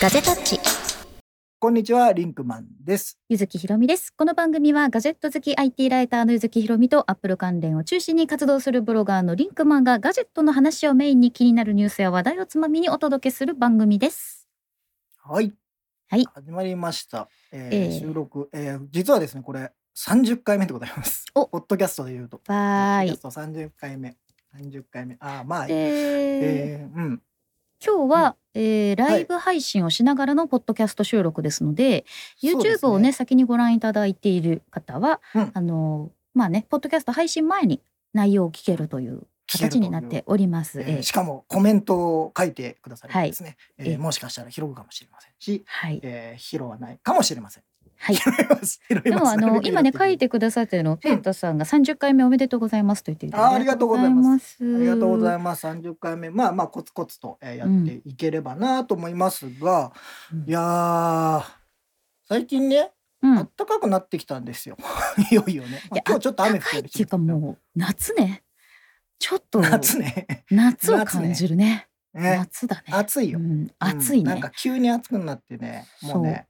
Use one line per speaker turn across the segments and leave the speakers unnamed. ガジェタッチ
こんにちは、リンクマンです。
ゆずきひろみですこの番組はガジェット好き IT ライターのゆずきひろみとアップル関連を中心に活動するブロガーのリンクマンがガジェットの話をメインに気になるニュースや話題をつまみにお届けする番組です
はい。
はい
始まりました。えー
ええ
収録、えー実はですね、これ30回目でございます。
お
ポッドキャストで言うと。
バーイ
ポッドキャスト30回目。30回目。ああ、まあ、
で、
えーうん。
今日は、えーライブ配信をしながらのポッドキャスト収録ですので、
そうです
YouTube をね先にご覧いただいている方は、
うん
あのまあねポッドキャスト配信前に内容を聞けるという形になっ。
聞ける
ております。
と
え
いうえー
ー
しかもコメントを書いてくださるんですね、
い
え
え
ーもしかしたら拾うかもしれませんし、
はい、
えー、拾わないかもしれません。
はい
拾います。拾います。
でもあの今ね書い
て
てくださってるのペイトさんが30回目おめでとうございますと言っていただいて
あありがとうございます
あ
ありがとうござ
い
います。三十回目、まあまあコツコツとえーやっていければなと思いますが、
うん
いやー最近ね、
ます。
暖かくなってきたんですよ。 いよいよね。
いや
今日ちょっと雨降っ
高い
て
っ
る
て
し
いうかもう夏ねちょっと
夏ね。
夏を感じるね夏
ね、
だね
暑いよ
う。ん、暑い
うん
ね、
なんか急に暑くなってね、もうね。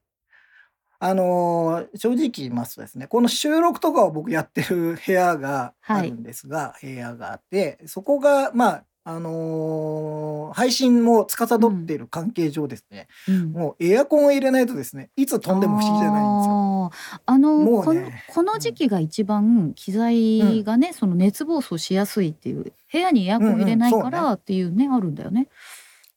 あのー正直言いますとですねこの収録とかを僕やってる部屋があるんですが、部屋があってそこがまああのー配信も司っている関係上ですね、
うん
もうエアコンを入れないとですねいつ飛んでも不思議じゃないんですよ。
あーあの
も
こ
う
の
ね
この時期が一番機材がね、その熱暴走しやすいっていう部屋にエアコン入れないか
うんうんそう
らっていうね,、あるんだよね。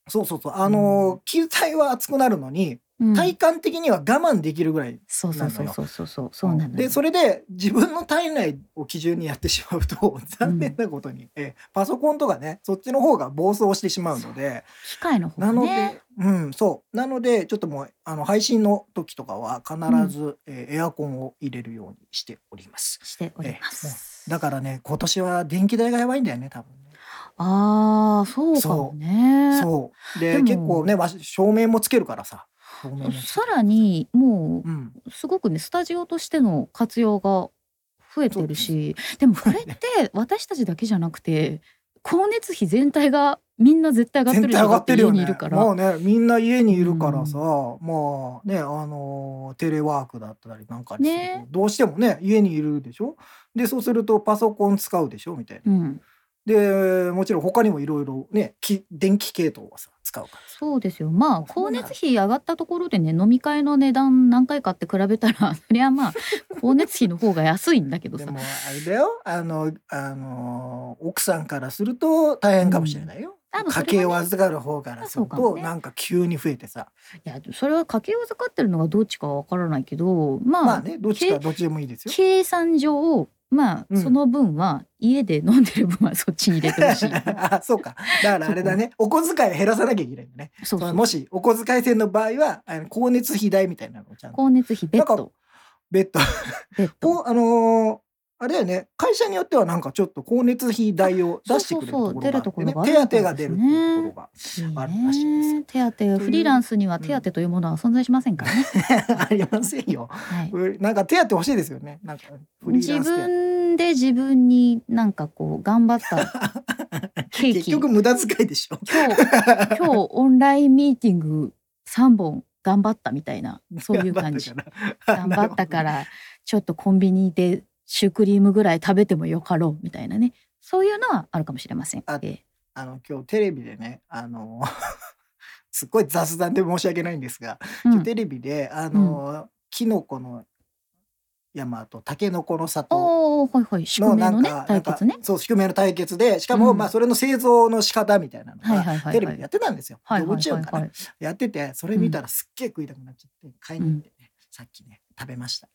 そうそうそうあのー機体は熱くなるのに
うん、
体感的には我慢できるぐらい、
そうそうそうそうそうそうそうなのよ。
でそれで自分の体内を基準にやってしまうと残念なことに、えパソコンとかねそっちの方が暴走してしまうので。
機械の方
な
が
ので、
ね。
うん、そう。なので、ちょっともう、あの、配信の時とかは、必ず、えーエアコンを入れるようにしております。
しております。
だからね、今年は電気代がやばいんだよね、多分ね。
ああそうかもね。
そう。
で
で、
も
結構ね、わし照明もつけるからさ。照明もつける
さら、にも
うん。
うすごくねスタジオとしての活用が増えてるしでもこれっ て私たちだけじゃなくて光熱費全体がみんな絶対上がって
全
る
体上がってるよ
家
ね。
にいるから。
もうね、みんな家にいるからさ、
う
まあね、あのーテレワークだったりなんかにすると、
ね
どうしてもね、家にいるでしょで、そうするとパソコン使うでしょみたいな。
うん
でもちろん他にもいろいろねき電気系統はさ使うから
そうですよまあ
そう
光
なんだ
熱費上がったところでね飲み会の値段何回かって比べたらそりゃ まあ光熱費の方が安いんだけど
で
さ
もあれだよあのあの奥さんからすると大変かもしれないよ、
多分そ
家
れ
計を
はね
預かる方からする
そうかも
と、
ね
なんか急に増えてさ
いやそれは家計を預かってるのがどっちかは分からないけどまあ、
まあねどっち
け
かどっちでもいいですよ。
計算上まあ、
うん
その分は家で飲んでる分はそっちに入れてほしい
あそうかだからあれだねお小遣い減らさなきゃいけないんだね
そうそう
もしお小遣い制の場合はあの光熱費代みたいなのをちゃんと
光熱費ベッ
なん
ド
かベッド
ベッド
こうあのーあれだよね会社によってはなんかちょっと光熱費代を出してくれるとこ
そうそう
ろがあってね、
そう出るところがあるみたい
手当
で
が
す
出
ね
るっていうところがあるらしいです
ね手当
いう
フリーランスには手当というものは存在しませんからね、
ありませんよ。
はい、
なんか手当欲しいですよね。なんかフリーラ
自
ンス手
分で自分になんかこう頑張った ケ
当
ー
結
キ
局
今
無駄遣いでしょ。
日今日オンラインミーティング3本頑張ったみたいなそういう感じ頑
頑
張ったか。らちょっとコンビニでシュークリームぐらい食べてもよかろうみたいなねそういうのはあるかもしれません。
あ
ええ
あの今日テレビでねあの すっごい雑談で申し訳ないんですが、
うん
テレビであの、キノコの山とタケノコの里
おーはいはい宿
の
命
なん
の
か
ね対決ね
なんか。そう宿命の対決でしかも、
うん
まあそれの製造の仕方みたいなの
はい
が
はいはい
テレ
は
ビで
い。
やってたんですよ。
はい
幼
はい
稚園かな
はいはい。
やっててそれ見たらすっげえ食いたくなっちゃって買いに行ってね、さっきね食べました。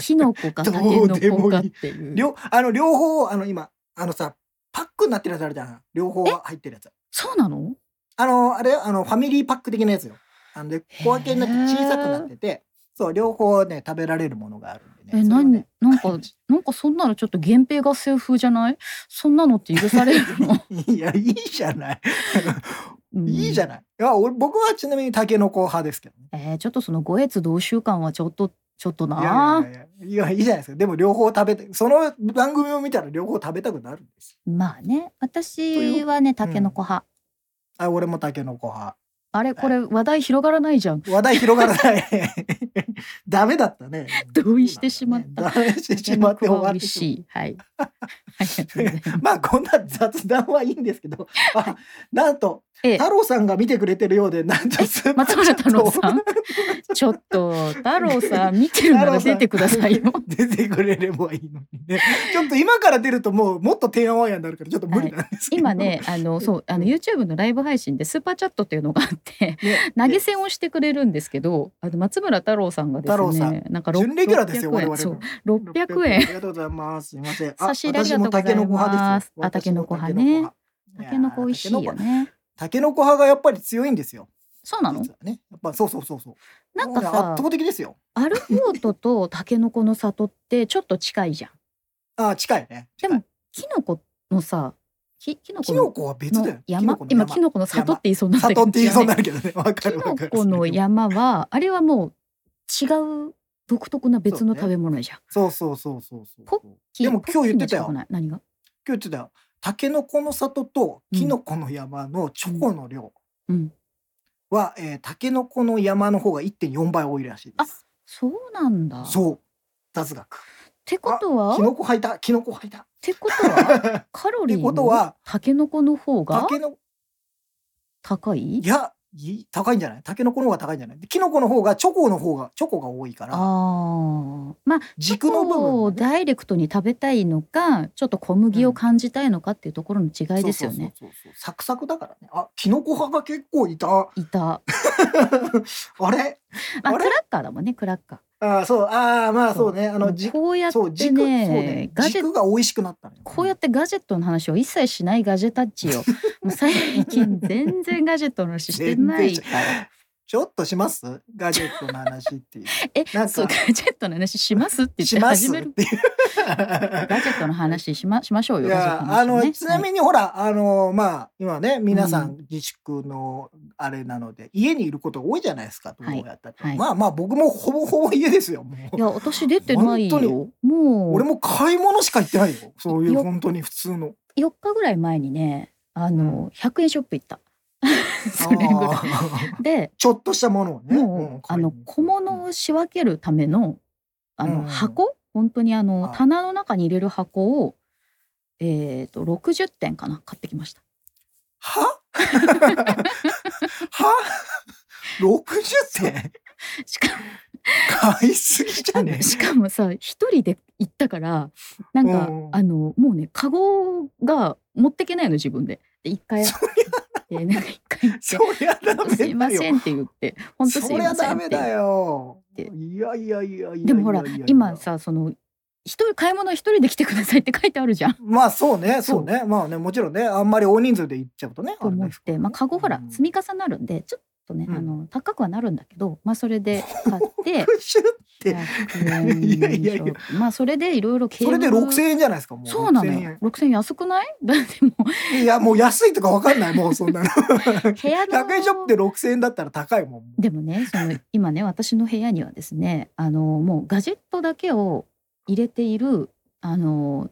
キノコかタケ
どうで
ノコ
もいい
かっていう。
両あの両方あの今あのさパックになってるやつあるじゃん両方入ってるやつ。
そうなの？
あのあれあのファミリーパック的なやつよ。あので小分けになって小さくなっててそう両方ね食べられるものがあるんでね。
え、
それを
何
ね
なんかなんかそんなのちょっと源平合戦風じゃない？そんなのって許されるの？
いやいいじゃない
うん
いいじゃない。いや俺僕はちなみにタケノコ派ですけどね。
えーちょっとその五越同習感はちょっとちょっと
いや
ない
やいやいやいやいいじゃないですか。でも両方食べてその番組を見たら両方食べたくなるんですよ。
まあね私はねタケノコ派、
あ俺もタケノコ派。
あれこれ話題広がらないじゃん。
話題広がらない ダメだったね
同意してしまった
ダメしてしまって終わっ
美
て
味
し
し
まう
い。は い。ありがとうございます。
まあこんな雑談はいいんですけ どあなんと
ええ
太郎さんが見てくれてるようでなんとスーパー
松村太郎さん
チャットを
ちょっと太郎さん見てるなら出てくださいよ。
出てくれればいいのにねちょっと今から出るともうもっと提案ワンヤになるからちょっと無理なんですけど、
今ねあのそうあの YouTube のライブ配信でスーパーチャットっていうのがあって
ね
投げ銭をしてくれるんですけどあの松村太郎さんがで
太郎
す
さ
ねなんかろ
準レギュラーですよ我々
そう
の
600円
ありがとうございます。すみません。
差し入れありがとうございます
私もタケノコ派です。
あタケノコ派
私も
ね
タ
た
ケ
け
ノ
のこ
コ派
美味しいよ
やー
ね
タケノコタケノコ派がやっぱり強いんですよ。
そうなの
実はね。やっぱそうそうそうそう。
なんか
もうね
さ
圧倒的ですよ。
アルフォートとタケノコの里ってちょっと近いじゃん
あー近いね。
でもキノコのさきキノコ
キノ
の
コは別だよ。
山
の
今キノコの里って言いそうになったけ
里
ど
って言いそうになるけどね。わか
キ
るわ
ノ
かる。
コの山はあれはもう違う独特な別の
そうね
食べ物じゃん。
そうそうそうそうそう。
ポ
今でも今日言ってたよ
ポッキーには近くない何が？
日言ってたよ。タケノコの里とキノコの山のチョコの量
うん。
は、えータケノコの山の方が1.4倍多いらしいです。
そうなんだ。っ
そう。雑学。
てことは
キノコ吐いた。キノコ吐いた。
ってことは カロリ
っ
ー
てことは
もタケノコの方
タ
が
ケノコ
高い
い？やい高いんじゃないタケノコの方が高いんじゃないでキノコの方がチョコの方がチョコが多いか
あ
ら
あ。まあ
軸の部
チョコを
分がね
ダイレクトに食べたいのか、ちょっと小麦
う
を
ん
感じたいのかっていうところの違いですよね。
そうそうそうそうサクサクだからねあキノコ派が結構いた
いた。
あれ
まあ
あ
ク
れ
ラッカーだもんねクラッカー。
あーそうあーまあ
そ
そううねあ
あ
のじ
こうやっ
そう
て
軸そうね
ねガジェット
軸が美味しくなったのよ
こうやってガジェットの話を一切しないガジェタッチ よ。もう最近全然ガジェットの話してないから。
ちょっとしますガジェットの話っていう
え
なん、か
そうガジェットの話しますって言って
します
始
っ
める。
ていう
ガジェットの話しましましょう
い
よ。ガジェッ
や
トの
あ
話ね、
のちなみにほらあのまあ今ね皆さ
うん
自粛のあれなので家にいることが多いじゃないですかど
はいう
やったって
はい
まあまあ僕もほぼほぼ家ですよも
は
う
い、いや私出てない
本当
よ。もう
俺も買い物しか行ってないよそういう
よ
本当に普通の
4日ぐらい前にねあの100円ショップ行った。 それぐら
あー
いで
ちょっとしたものをね
もうあの小物を仕分けるためのあ
う
の
ん
箱本当にあの
はい
棚の中に入れる箱をえっと60点かな買ってきました。
は は60点
しか
買いすぎじ ゃね
もしかもさ一人で行ったからなんか
うん
あのもうねカゴが持ってけないの自分で。で一回行ってなんか 一回行
え
っ
そ
て
りゃダ
ほんと
メ
すいま
だよ
せんって言って本当すい
そりゃ
ませ
ダ
んっ
メ
て
だよ
って
いやいやいやいやいや
でもほら
いやいや
今さその一人買い物は一人で来てくださいって書いてあるじゃん。
まあそうねそうねまあねもちろんねあんまり大人数で行っちゃうとね
と思って、まあ、カゴほら積み重なるんでちょっとね、
うん
あの高くはなるんだけど、まあ、それ で買って
て
100
いやいやいや
ショップまあそれでいろいろ
それで6000円じゃないですかもう
そうなの
6000
よ6000円安くない だってもう
円いやもう安いとかわかんないもうそんなの 100
部屋の
円ショップで6000円だったら高いもん
でもねその今ね私の部屋にはですねあのもうガジェットだけを入れているあの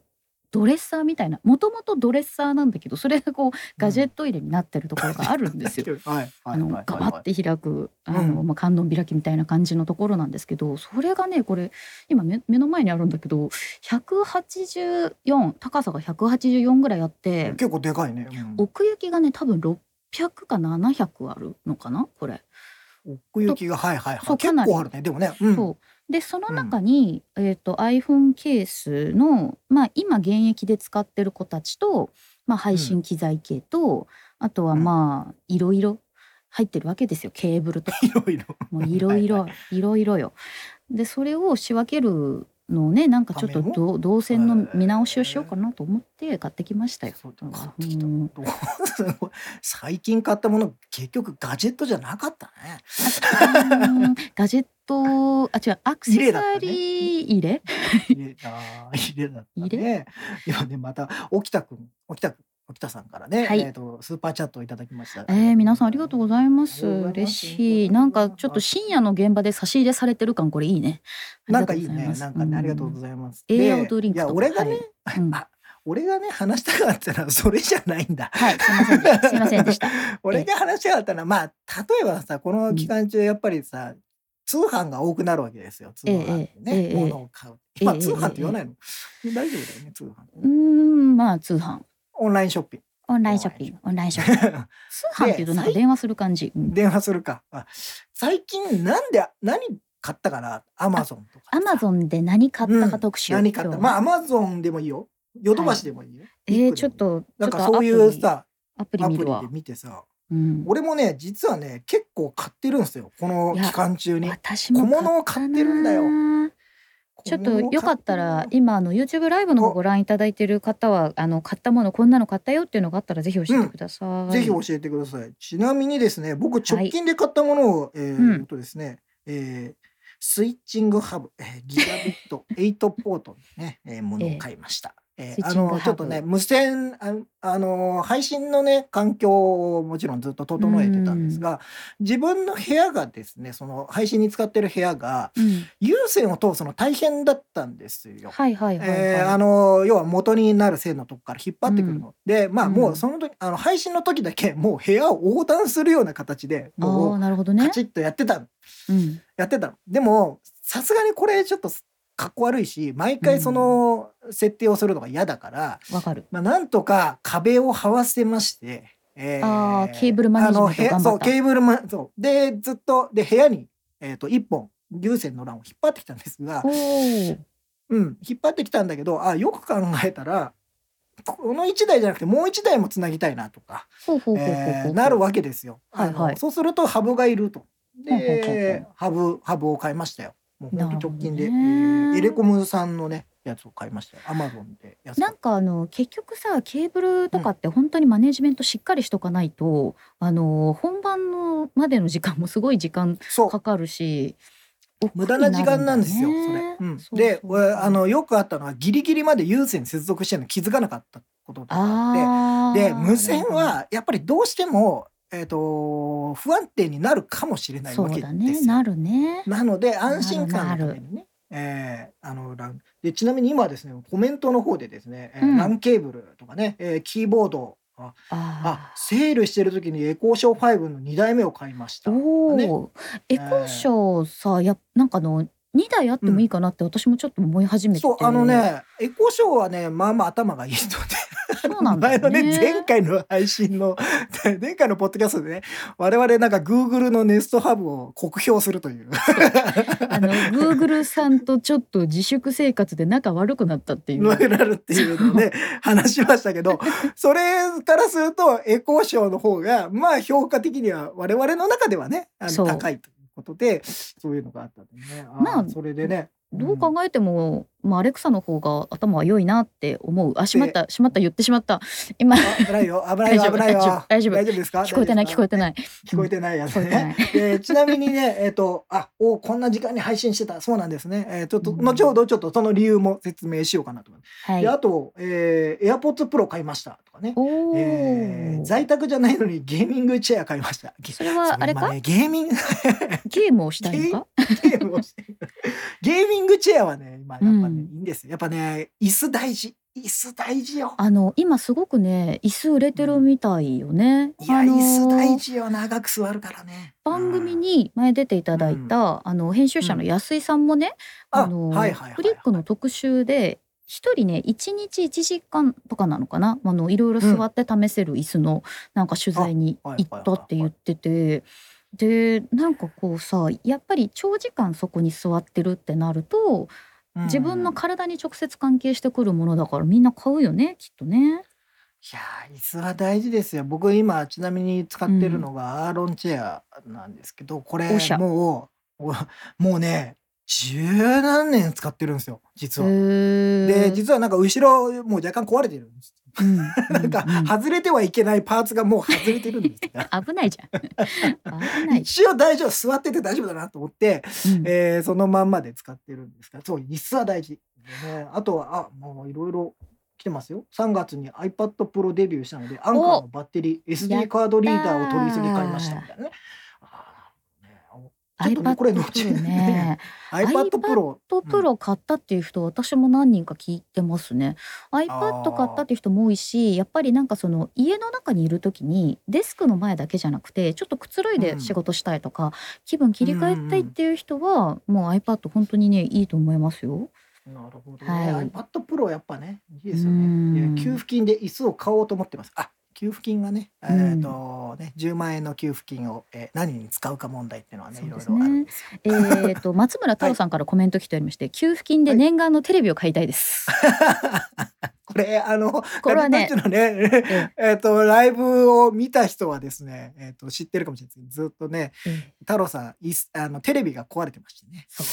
ドレッサーみたいなもともとドレッサーなんだけどそれがこうガジェット入れになってるところがあるん ですよ。
はいは
あ
い
の
はい
ガバッて開くあの、
うん
まあ、観音開きみたいな感じのところなんですけどそれがねこれ今目目の前にあるんだけど184高さが184ぐらいあって
結構でかいね、うん
奥行きがね多分600か700あるのかなこれ。
奥行きがはいはいは
そ
いう結
かなり
構あるねでもね、うん、
そうでその中に、えー、と iPhone ケースの、まあ、今現役で使ってる子たちと、まあ、配信機材系と、あとは
うん
まあいろいろ入ってるわけですよケーブルとか
いろいろ
もういろいろいろいろよ。でそれを仕分けるのをねなんかちょっと
ための
どう動線の見直しをしようかなと思って買ってきま したよ。
そう買ってきた
うん
すごい 最近買ったもの結局ガジェットじゃなかった ね
うんガジェットあ違うアク
入れ
セ
だった
サ
ね
リー入れ
入れあー入れだった
入
ね。今ねまた沖田くん沖田くん沖田さんからね、
はい
えっ、とスーパーチャットをいただきました。
えー、皆さんありがとうございます。
ありがとうございま
嬉
す
しい。なんかちょっと深夜の現場で差し入れされてる感これいいね。
なんかいいね
ありが
なん
とうござ
か
ます
ねありがとうございます。
栄養
で
ドリンクと
いや
か
俺がね、
はいうん
あ俺がね話したかったのはそれじゃないんだ。
はい、すいませんでした。すいませんでした。
俺が話したかったのはまあ例えばさこの期間中やっぱりさ、通販が多くなるわけですよ通販で
え
ね、
えええ
物を買う今、
ええ
通販って言わないの、大丈夫だよね通販
うーん、まあ通販、
オンラインショッピン
オンラインショッピング、オンラインショッピング。
グ
通販っていうとなんか電話する感じ。うん
電話するかあ最近なんで何買ったかなアマゾンとか
アマゾンで何買ったか特集。
何買った
今日
まあアマゾンでもいいよヨドバシでもいいよ、
え
ビッ
ー
グ
ちょっ
でもいい
と、
なん
ちょ
か
っと
そういうさ
アプリ
ア
ア
プ
プリ見
リ
るわ
で。見てさ
うん、
俺もね実はね結構買ってるんですよこの
いや
期間中に
私も
小物を買ってるんだよ
よ。ちょっとよかったら今あの YouTube ライブの方ご覧いただいてる方はあの買ったものこんなの買ったよっていうのがあったらぜひ教えてください。
ぜひ教えてください。ちなみにですね、僕直近で買ったものを、えー
うん
えっとですね、えースイッチングハブ、えーギガビッ ト8ポートのね、えーものを買いました。えー
スイッ
あ
チングハブ
のちょっとね無線ああの配信のね環境をもちろんずっと整えてたんですが、自分の部屋がですねその配信に使ってる部屋が
うん
有線を通すの大変だったんですよ。
はいはいはい、はい
えーあの要は元になる線のとこから引っ張ってくるの、でまあ
うん
もうその時、あの配信の時だけもう部屋を横断するような形で
あー
も
なるほど
うカ
ね。
チッとやってた、
うん
やってたのでもさすがにこれちょっとかっこ悪いし毎回その設定をするのが嫌だから、
わかる。
まあ、なんとか壁を這わせまして、え
あーケーブルマネジメント
あの部屋
頑張った
そうケーブルマそうでずっとで部屋に、えー、と1本有線の欄を引っ張ってきたんですが
お、お。
うん、引っ張ってきたんだけどあよく考えたらこの1台じゃなくてもう1台もつなぎたいなとか、
ほうほうほうほうほう
えーなるわけですよ。
はいはい
あのそうするとハブがいると。
ほうほうほう
でハブハブを買いましたよ。もう本当直近
なるほ
で、え
どね
ーエレコムさんのねやつを買いましたよ。アマゾンでやつ
なんかあの結局さケーブルとかって本当にマネジメントしっかりしとかないと、あの本番のまでの時間もすごい時間
そう
かかるし
無駄な時間なんですよ、
億劫に
そ
る
れ
だね。
うん
そう
で
そう
俺あのよくあったのはギリギリまで有線接続してるの気づかなかったこととかあって。
あー
で無線はやっぱりどうしても、えー、と不安定になるかもしれない
そ
わ
う
け
だ
で
ね
すよ。
なるね
なので安心感の
なる
ためにね。えーあのランでちなみに今ですねコメントの方でですね、えー
うん
ランケーブルとかね、えーキーボードああ
あ
セールしてる時にエコーショー5の2台目を買いまし
ー
た。
お
ね
ーエコーショーさやなんかあの2台あってもいいかなって私もちょっと思い始めて、
そうあのねエコーショーはねまあまあ頭がいい人で
そうなんだよ
前のね前回の配信の 前回のポッドキャストでね我々なんか Google のネストハブを酷評すると いう
あの Google さんとちょっと自粛生活で仲悪くなったっていう
ノエラルっていうので話しましたけどそれからするとエコー賞の方がまあ評価的には我々の中ではねあ
そ
の
う
高いということでそういうのがあったんでねあー
まあ
それでね
どう考えても、まあ、アレクサの方が頭は良いなって思うあしまったしまった言ってしまった今
あ危ないよ危ないよ危ないよ
大丈夫大丈夫
大丈夫ですか
聞こえてない聞こえてない
聞こえてないやつ
聞こえてな
ね
い。
でちなみにね、 えっ、と、あ、お、こんな時間に配信してた、そうなんですね。えーちょっと、
うん
後ほどちょっとその理由も説明しようかなと思います。
はい
で、あと、えー、AirPods Pro 買いましたとかね。
おお、
えー在宅じゃないのにゲーミングチェア買いました。ゲ
それはあれ
そ
か
う今ねゲーミング
ゲームをしたいのか
ゲームをしてるゲーミングチェアはね、今やっぱね、
うん
いいんですよ。やっぱね、椅子大事。椅子大事よ。
あの今すごくね椅子売れてるみたいよね、
いや、
あのー
椅子大事よ。長く座るからね。
番組に前出ていただいた、あの編集者の安井さんもね、
あ
あの
はいはいはいはい
フリックの特集で一人ね一日一時間とかなのかなあのいろいろ座って試せる椅子のなんか取材に
あはい
行ったって言ってて。でなんかこうさやっぱり長時間そこに座ってるってなると
うん
自分の体に直接関係してくるものだからみんな買うよねきっとね。
いやー椅子は大事ですよ僕今ちなみに使ってるのがアーロンチェアなんですけど、これ
おしゃ
もうお もうね十何年使ってるんですよ実は。
で
で実はなんか後ろもう若干壊れてるんです。 なんか外れてはいけないパーツがもう外れてるんですが
危ないじゃん。 危ない。
一応大丈夫座ってて大丈夫だなと思って、
うん
えーそのまんまで使ってるんですがそう椅子は大事、ね、あとはあもういろいろ来てますよ3月に iPad Pro デビューしたのでアンカーのバッテリー
やっ
SD カードリーダーを取り急ぎ買いましたみたいなねあーなるほどねちょっとね
iPad
これ後
Pro ね
ね iPad Pro
iPad
う
Pro 買ったっていう人、私も何人か聞いてますね。
あ
iPad
ー
買ったっていう人も多いし、やっぱりなんかその家の中にいる時にデスクの前だけじゃなくて、ちょっとくつろいで仕事したいとか、気分切り替えたいっていう人は、もう iPad 本当にねいいと思いますよ。
んなるほどね、
はい
iPad Pro やっぱねいいですよ
うん
ねで給付金で椅子を買おうと思ってますあ給付金がね、
ん
えっとね10万円の給付金を、えー何に使うか問題っていうのはね
そう
い
で
ろい
す
ろ
ね
あるんですよ
えっ と松村太郎さんからコメント来ておりまして、給付金で念願のテレビを買いたい です。
これあの
これはね
ガジェタッチのね
え
えっとライブを見た人はですね、えっと知ってるかもしれないですけどずっとね
えええ
太郎さんいすあのテレビが壊れてましたね
そう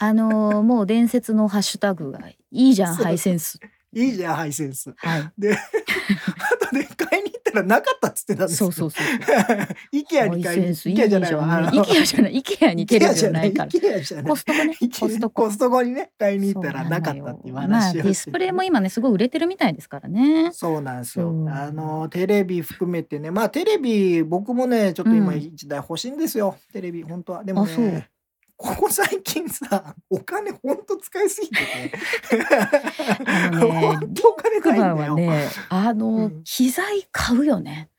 あのーもう伝説のハッシュタグがいいじゃん
そう
ハイセンス。
いいじゃんハイセンス
はい。
で後で買いに行ったらなかったっつってたんです
そうそううそう。
イケアに買いにイケアじゃないわあの
イケアじゃない。イケアにテレビじゃないから。
イケアじゃない
コストコね。
イケ
コストコ。
コストコにね買いに行ったらなかったっていう話をして
まあディスプレイも今ねすごい売れてるみたいですからね。
そうなんです
そ
よ
う。
あのテレビ含めてね、まあテレビ僕もねちょっと今
うん
一台欲しいんですよ。テレビ本当はでも
あそう
ね。ここ最近さお金本当使いすぎてて
あのね
ほんとお金
ク
ないんだ
バ
よ、
はね、あの、
うん
機材買うよね。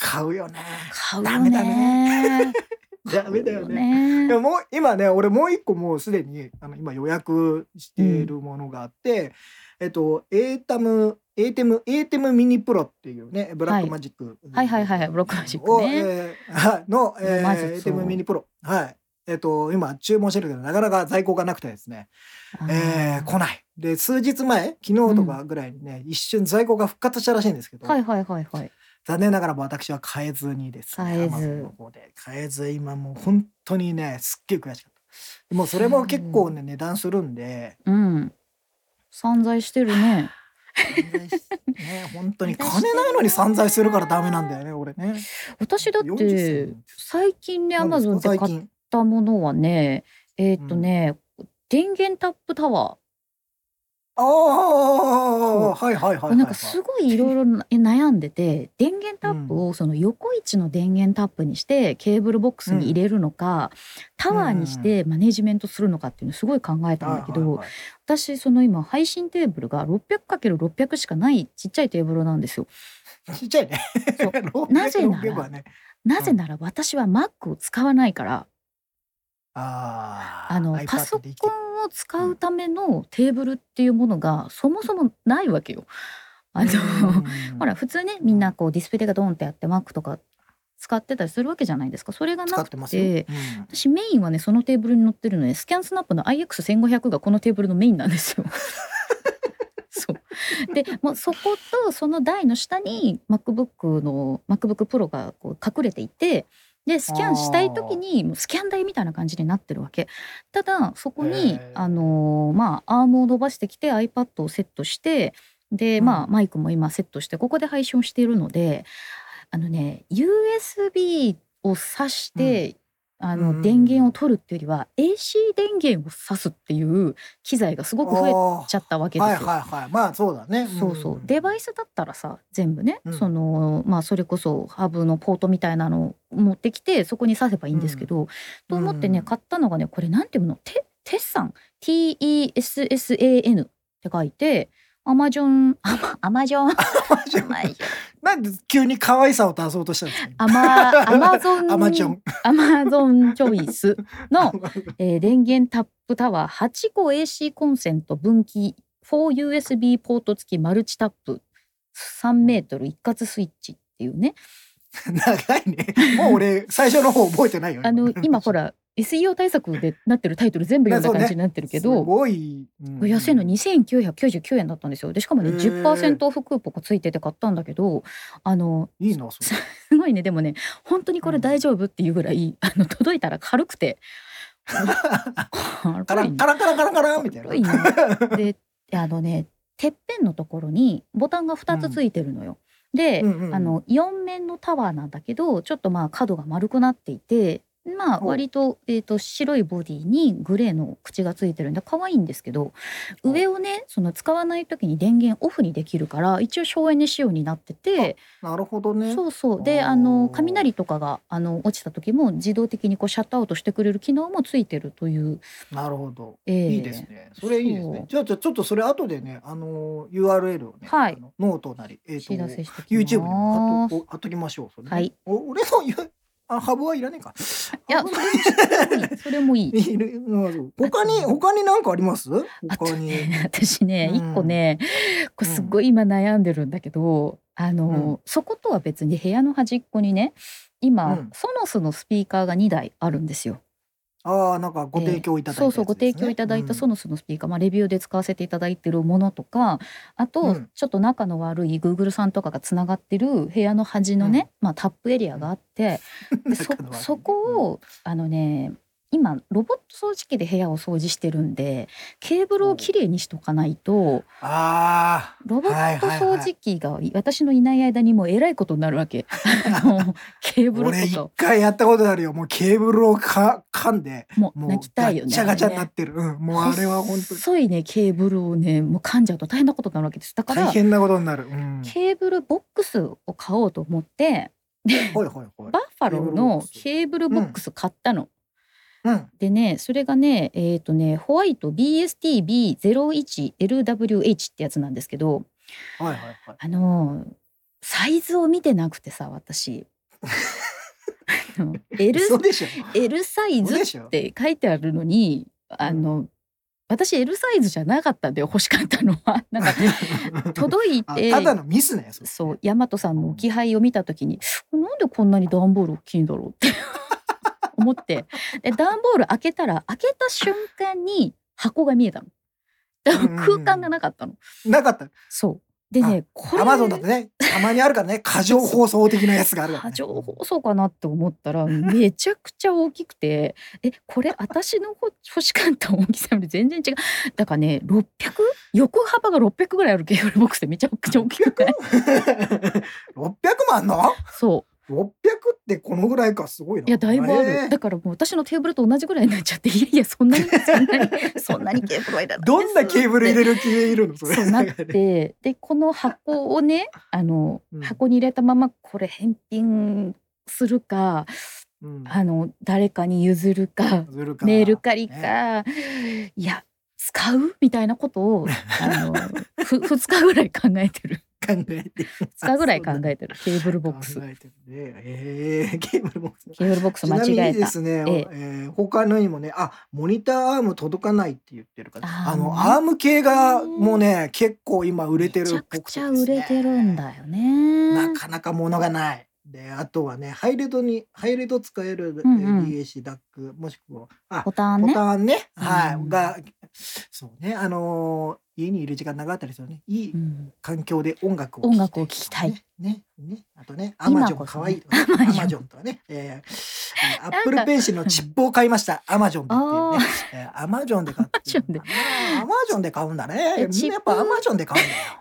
買うよね
買うよ
ダメだ
ね。
ダメだよね
ね
でももう今ね俺もう一個もうすでにあの今予約しているものがあって、えっと a タム a テム a テムミニプロっていうねブラックマジック、
はいはいはいはいブラックマジックね
をえーはいの、え
マジッ
ー、
ク
a
そ
テ
う
ムミニプロはいえっと今注文してるけどなかなか在庫がなくてですね、えー、来ないで数日前昨日とかぐらいにね、一瞬在庫が復活したらしいんですけど、
はいはいはいはい。
残念ながら私は買えずにですね
買えず
Amazon の方で買えず今もう本当にねすっげえ悔しかったもうそれも結構ね、値段するんで
うん。散財してるね。
ね本当に金ないのに散財するからダメなんだよね俺ね
私だっ
40
て最近ね、アマゾンで
最
買っ
近
たものはね、えーっとね、電源タップタワー。
ああはいはいはいはい、はい、
なんかすごいいろいろなえ悩んでて電源タップをその横位置の電源タップにしてケーブルボックスに入れるのか、タワーにしてマネジメントするのかっていうのすごい考えたんだけど、
はいはいはい
私その今配信テーブルが 600×600 しかないちっちゃいテーブルなんですよ。
ちっちゃいね
そう
600
なぜなら
600はね
なぜなら私は Mac を使わないから
あー
あの
iPad
パソコ
で生きてる
ンを使うためのテーブルっていうものがそもそもないわけよ。あの
うん
ほら普通ねみんなこうディスプレイがドンってあって Mac とか使ってたりするわけじゃないですかそれが
使
な
っ
く
て
て
ますよ、うん
私メインはねそのテーブルに乗ってるのでスキャンスナップの IX1500 がこのテーブルのメインなんですよ。 そうでもうそことその台の下に MacBook の MacBookPro がこう隠れていてでスキャンしたい時にもうスキャン台みたいな感じになってるわけただそこ
へ
に
ー
あのーまあアームを伸ばしてきて iPad をセットしてで、
うん
まあマイクも今セットしてここで配信をしているのであのね USB を挿して、あ
う
の
ん
電源を取るっていうよりは AC 電源を挿すっていう機材がすごく増
あー
えちゃったわけで
はい
すよ。
はいはいまあそうだね
そうそうデバイ
ス
スだったらさ全部ね、
うん
そのまあそれこそハブのポートみたいなのを持ってきてそこに挿せばいいんですけど、と思ってね
うん
買ったのがねこれなんていうのテテッサン TESSAN って書いてアマジョンアマアマジョンア マジョン
なんで急に可愛さを出そうとしたんですか
ア マアマゾン
アマチョン、
アマゾンチョイスのえー電源タップタワー8個 AC コンセント分岐 4USB ポート付きマルチタップ3メートル一括スイッチっていうね
長いねもう 俺最初の方覚えてないよ
あの今ほ
ら
ら SEO 対策でなってるタイトル全部読んだ
まあそうね
感じになってるけ
す
ど。
ごい、うん
安いの2999円だったんですよでしかもね
へー
10%オフクーポンがついてて買ったんだけどあの
いいなそれ
すごいねでもね本当にこれ大丈夫っていうぐらい、あの届いたら軽く て軽いね
カランカランカランカランカランみたいな
軽いねで あのねてっぺんのところにボタンが2つついてるのよ。で、
うんうんうん
あの4面のタワーなんだけどちょっとまあ角が丸くなっていてまあ
お
割と,、えー、と白いボディにグレーの口がついてるんで可愛いんですけど
お
上をねその使わない時に電源オフにできるから一応省エネ仕様になってて
なるほどね。
そうそうで
おー
あの雷とかがあの落ちた時も自動的にこうシャットアウトしてくれる機能もついてるという、
なるほど。
えー
いいですね。それいいです
そう
ね。じゃあ、じゃあちょっとそれ後でね、あのー URL をね、
はい
あのノートなり、えっ、
知らせ
と、
してきます
YouTube にも貼っとこう貼っときましょう。それね
はい。
お俺の U- あハブはいらねえか。
いや
ハブ
それもいいそれもいい
いるうんそう 他に他に何かあります？
あと
他に。
ね私ね
うん
一個ねこれすっごい今悩んでるんだけどあ
う
のそことは別に部屋の端っこにね今、
うん
ソノスのスピーカーが2台あるんですよ。
ああなんかご提供いただいた
そ
や
う
つです
そ
ね、
うご提供いただいたソ
の
ノスのスピーカー、まあ、レビューで使わせていただいてるものとかあと、
うん
ちょっと仲の悪い Google さんとかがつながってる部屋の端のね、まあ、タップエリアがあって、 でそそこ
を
をあのね今ロボット掃除機で部屋を掃除してるんでケーブルをきれいにしとかないと
ああ
ロボット
はいはい
掃除機が私のいない間にもうえらいことになるわ け。あ のケーブル
俺
と
一
か
回やったことあるよもうケーブルをか噛んで
もう
も
泣
う
きた
ガ
いよ
ッ
ね。
チャガチャに
あ
な
れ
っ
ね
てる、うんもうあれは本当に
細いねケーブルをねもう噛んじゃうと大変なことになるわけです。だか
大
ら
変なことになる、うん、
ケーブルボックスを買おうと思って
ほいほいほい
バッファローのケーブルボックス買ったの。
うん
でねそれがねえっ、とねホワイト BSTB01LWH ってやつなんですけど
はいはいはい
あのーサイズを見てなくてさ私あの L,
嘘でしょ
L サイ
嘘
ズ
で
っ
しょ
て書いてあるのにあの私 L サイズじゃなかったんだよ欲しかったのは。なん か届い
あ
て
ただのミスねそれ
そう大和さんの置き配を見た時になんでこんなに段ボール大きいんだろうって 思ってで段ボール開けたら開けた瞬間に箱が見えたのだから
うんうんうん
空間がなかったの
なかった
そうでねこれ
アマゾンだとねたまにあるからね過剰放送的なやつがあるから、
波
ね、
状放送かなって思ったらめちゃくちゃ大きくてえこれ私のほ欲しかった大きさより全然違うだからね600横幅が600ぐらいあるケーブルボックスでめちゃくちゃ大きくて
600万の
そう
600ってこのぐらいかすごいな。
いやだいぶある、
えー
だからもう私のテーブルと同じぐらいになっちゃって いやいやそんなにそんなに そんなにケーブルはいらない
どんなケーブル入れる気でいるのそれ。
そうなってでこの箱をねあの、
うん
箱に入れたままこれ返品するか
うん
あの誰かに譲るか
ずるか
メール借り
ね
か、いや使うみたいなことをあのふ2日ぐらい考えてる
考えて。
2日ぐらい考えて るケーブルボックス
考えてるね。えー、ケーブルボックス。
ケーブルボックス
ち
間
なみ
違え
にで
た。
すね、
え
え
え
ー他のにもね、あ、モニターアーム届かないって言ってるから、
あー
あのアーム系がもうね、結構今売れて
め
る
ちゃ
っ
く
ぽく
ち
てで
ゃ
すね
売れてるんだよね。
なかなか物がない。で、あとはね、ハイレドに、ハイレド使えるえ
うんうん
ー DAC ダック、もしくは、あ、
ボタン
ボ
ね。
タンね、
うん
はい、が、そうね、あのー家にいる時間長かったりするね、いい
うん
環境で音楽を
音楽を聴きたい
ね。ね、ね、あとね、ア
今
マゾン
こそね
可愛いとか、ね、アマゾンとかね、えー、アップルペンシルのチップを買いました、アマゾンでっていうね、アマゾンで買ってるんだな、アマゾンで買うんだね、
え
みんなやっぱアマゾンで買うんだよ。う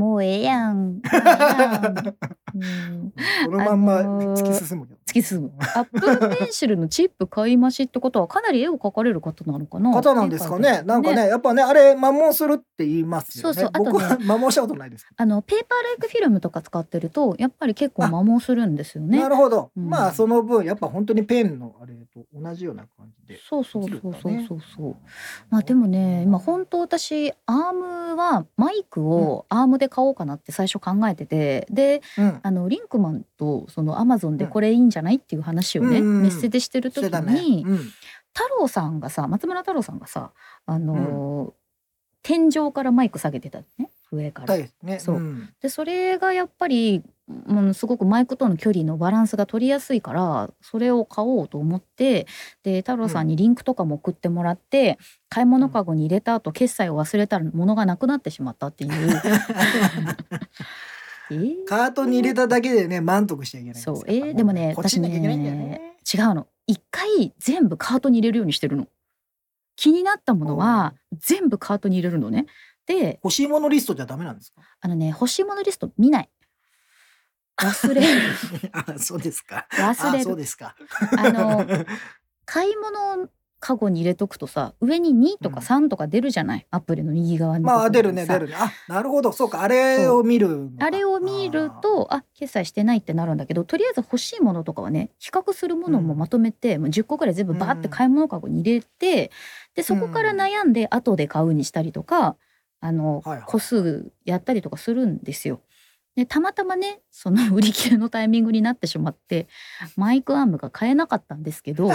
もうええや ん。ええやんうん
このまんま
あのー
突き進むよ。
突き進む。アップルペンシルのチップ買い増しってことはかなり絵を描かれる方なのかな。
方なんですかね。なんか。ね、やっぱね、あれ、摩耗するって言いますよね。
そうそうあとね
僕は摩耗したことないです。
あのペーパーレイクフィルムとか使ってるとやっぱり結構摩耗するんですよね
な。るほど。
うん
まあ、その分、やっぱ本当にペンのあれと同じような感じで。
そうそうそうそうそうそう。まあで
も、
もね今本当私アームはマイクをアームで買おうかなって最初考えててで
うん、
あのリンクマンとそのアマゾンで
うん
これいいんじゃないっていう話をね、
うんうんうん
メッセでしてる
し
時
てたね
に、
うん
太郎さんがさ松村太郎さんがさあのー天井からマイク下げてたのね上か
だ
ら。
いね。
そうんでそれがやっぱりうんすごくマイクとの距離のバランスが取りやすいからそれを買おうと思ってで太郎さんにリンクとかも送ってもらって、買い物かごに入れた後決済を忘れたら物がなくなってしまったっていう。えー
カートに入れただけでね、満足しちゃいけないんです
そ
よ。
うえーでもね
こっち
私
なきゃいけないんだよ
ね
ね。
違うの一回全部カートに入れるようにしてるの気になったものは全部カートに入れるのねで
欲しいものリストじゃダメなんですか。
あのね欲しいものリスト見ない忘れる
あそうですか。
忘
あ
れ
そう
る
ですか。
あ の買い物をカゴに入れとくとさ上に2とか
うん
3とか出るじゃない、アプリの右側のとこ
まあ
ろに
出るね
さ
出るね。あなるほどそうかあれを見るのか
あれを見るとあ決済してないってなるんだけどとりあえず欲しいものとかはね比較するものもまとめて、もう10個ぐらい全部バーって買い物かごに入れて、でそこから悩んで後で買うにしたりとか、あの
はいはい
個数やったりとかするんですよ。でたまたまねその 売り切れのタイミングになってしまってマイクアームが買えなかったんですけ ど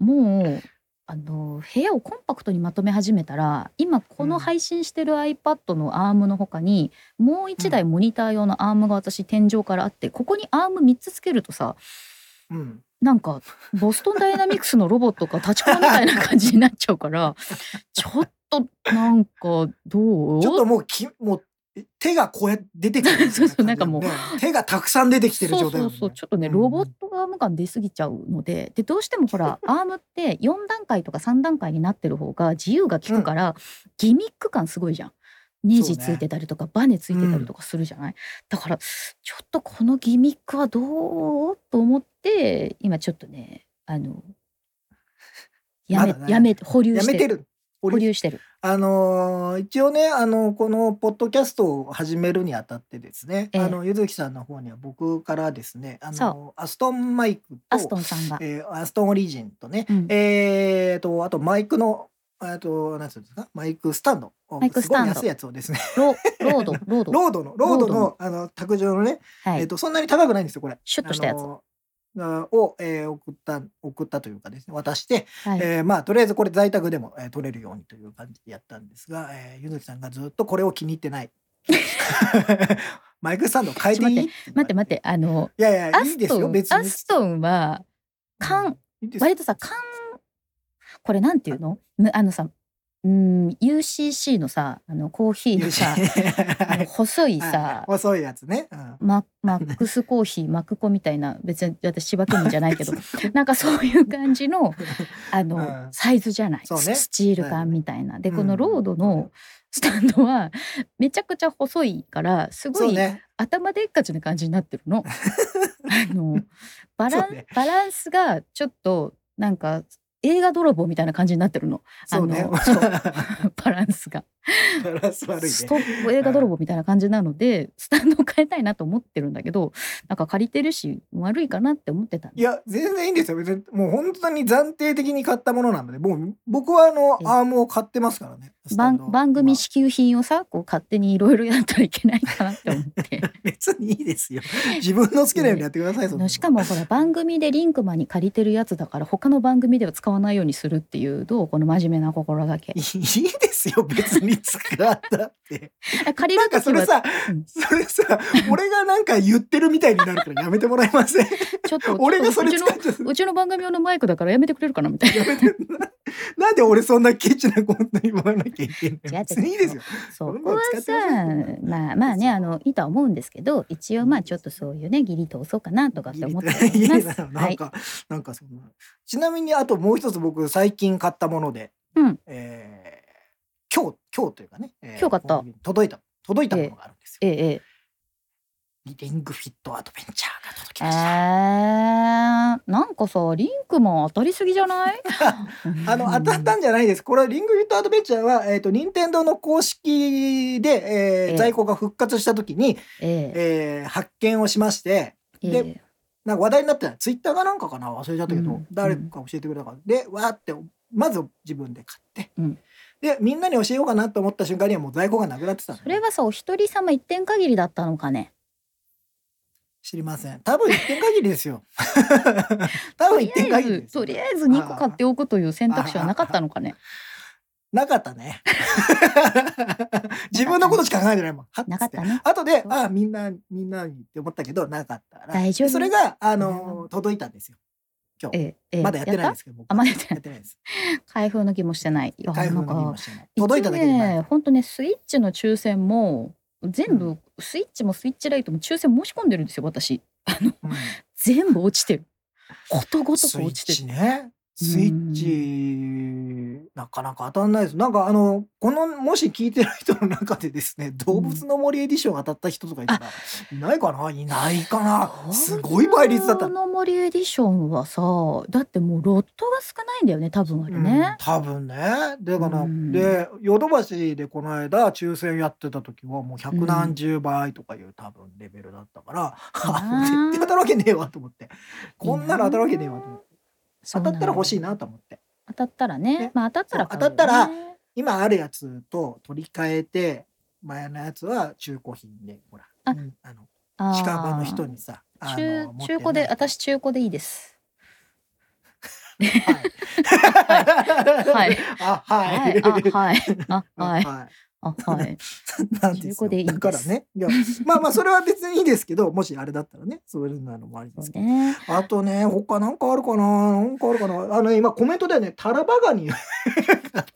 もうあの部屋をコンパクトにまとめ始めたら今こ
うん
の配信してる iPad のアームのほかに、もう一台モニター用のアームが私天井からあってここにアーム3つつけるとさ
あー。うん。
なんかボストンダイナミクスのロボットが立ち込みたいな感じになっちゃうからちょっとなんかどう
ちょっともうきもうえ手がこうやって出てくるよ ね
そうそうなんかもう
ね手がたくさん出てきてる
そう
状態
そ
だも
うん
ね
そうちょっとね、
うん
ロボットアーム感出過ぎちゃうのででどうしてもほ らアームって4段階とか3段階になってる方が自由が利くから、ギミック感すごいじゃん。ネジついてたりとか、バネついてたりとかするじゃない、だからちょっとこのギミックはどうと思って今ちょっとねあ のやめ、
まだね
やめ保留
や
して
め
る
てる。
保留してる
あのー一応ね、あのこのポッドキャストを始めるにあたってですね、
ええ
あのゆずきさんの方には僕からですね、あ
そ
のアストンマイクと
アストンさんが。
えーアストンオリジンとね、
うん
えーとあとマイクのえーとなんていうんですか、マイクスタンド、マ
イクスタンド
すごい安いやつをですね、
ロロードロード
ロードのロードの
ロ
あの卓上のね、
はい
えーとそんなに高くないんですよこれ。
シュッとしたやつ
あ、のーを、えー送った送ったというかですね渡して、
はい
えーまあとりあえずこれ在宅でも、えー取れるようにという感じでやったんですが、えー、ゆずきさんがずっとこれを気に入ってない マイクスタンド変えていい
ちょ待って待ってあの
いやいや
ア
いい
ス
ですよ
トン
別
ア
に
ストンは缶
いいです
割とさ缶これなんていうのむあのさうん UCC のさあのコーヒーのさあの細い
はい
さ
細いやつね、うん
ママックスコーヒーマックコみたいな別に私千葉県じゃないけどなんかそういう感じ のあの、
うん
サイズじゃない、
そうね
スチール缶みたいな、で
うん
このロードのスタンドはめちゃくちゃ細いからすご
そう
い
ね
頭でっかちな感じになってる の。あのバラ
そ
ン、
うね
バランスがちょっとなんか映画泥棒みたいな感じになってる の。
そうね
あのそうバランスが。
バランス悪い
ス
ね
トップ映画泥棒みたいな感じなのでスタンドを変えたいなと思ってるんだけどなんか借りてるし悪いかなって思ってたの
いや全然いいんですよ別にもう本当に暫定的に買ったものなのでもう僕はあの
え
アームを買ってますからねスタンド
番
は
番
まあ
組支給品をさこう勝手にいろいろやったらいけないかなって思 って。
別にいいですよ。自分の好きなようにやってください。そんな
の
の
しかもほら番組でリンクマンに借りてるやつだから他の番組では使わないようにするっていうどうこの真面目な心がけ
いいですよ。別に使った って。
あ借り
な
る
んか
時
それ
は
さ、
うん
それさ、俺がなんか言ってるみたいになるからやめてもらえません。
ちょっと
俺がそれ
うち
使
の
っちゃう。
うちの番組用のマイクだからやめてくれるかなみたいな。
やめてなんで俺そんなケチなこと言わなきゃいけない
違う違う
の別にいいですよ。
そ
どん
こ
どん
は
使って
さ
くださいよ
まあまあねあのいいとは思うんですけど一応まあちょっとそういうね義理通そうかなとかって思ってお
い
り
や
ま
い
す。
や
は
なん
い、
か、なんかそんな。ちなみにあともう一つ僕最近買ったもので、
うん
えー今日今日というかね、えー
今日買った
届いた届いたものがあるんですよ。
えええ
リングフィットアドベンチャーが届き
え
ました。
ー、なんかさリンクマン当たりすぎじゃない
あの当たったんじゃないです。これはリングフィットアドベンチャーはえっ、と任天堂の公式で、えー
ええ
在庫が復活した時に、
え
えー発見をしまして。
ええ
で
え
なんか話題になってたツイッターかなんかかな忘れちゃったけど、
うん
誰か教えてくれたから、でわーってまず自分で買って、
うん
でみんなに教えようかなと思った瞬間にはもう在庫がなくなってたの
それはさお一人様一点限りだったのかね
知りません多分一点限りで すよ多分一点限りです
とりあえず2個買っておくという選択肢はなかったのかね
なかった ね自分のことしか考えてないもんは
なかったね
後で、あ、みんな、みんなにって思ったけど、なかったから。
大丈夫
でそれが、あ
う
の、届いたんですよ。今
え
日。
えええ
まだやってないん
や
で
っ
すけど、僕
たあまだやって
や
ない
ってないです。
開封の気もしてないいや
開封
な
の
ん
日
か
もしてない。届いただけでない。
ね本当ねスイッチの抽選も全部、スイッチもスイッチライトも抽選申し込んでるんですよ私
うん
全部落ちてることごと
ス
く
イ
落
ッ
ちて
チ
る
ね。スイッチなかなか当たんないです。なんかあのこのもし聞いてる人の中でですね「動物の森エディション」当たった人とかいたら、いないかないないかなすごい倍率だった。
この森エディションはさだってもうロットが少ないんだよね多分あれ
うん
ね、、
多分ねだから、
うん
でヨドバシでこの間抽選やってた時はもう百何十倍とかいう多分レベルだったから、
うん
絶対当たるわけねえわと思ってこんなの当たるわけねえわと思って
そ
当
うなの
たったら欲しいなと思って
当たったらね
ね
まあ当たったら買うよね、
そう当たった今あるやつと取り替えて前のやつは中古品でほら
あ
うんあの
あー
近場の人にさあ
中
の持っ
中
てない
古で私中古でいいです
はい あは
はいいあはいあ はい
はい
あはい
なんですよ
中古でいいんです
だからね。いや、まあまあ、それは別にいいですけど、もしあれだったらね、そういうのもありで
そ
す
う
けど。
ね
あとね、他なんかあるかな、なんかあるかな。あの、今コメントでね、タラバガニ買っ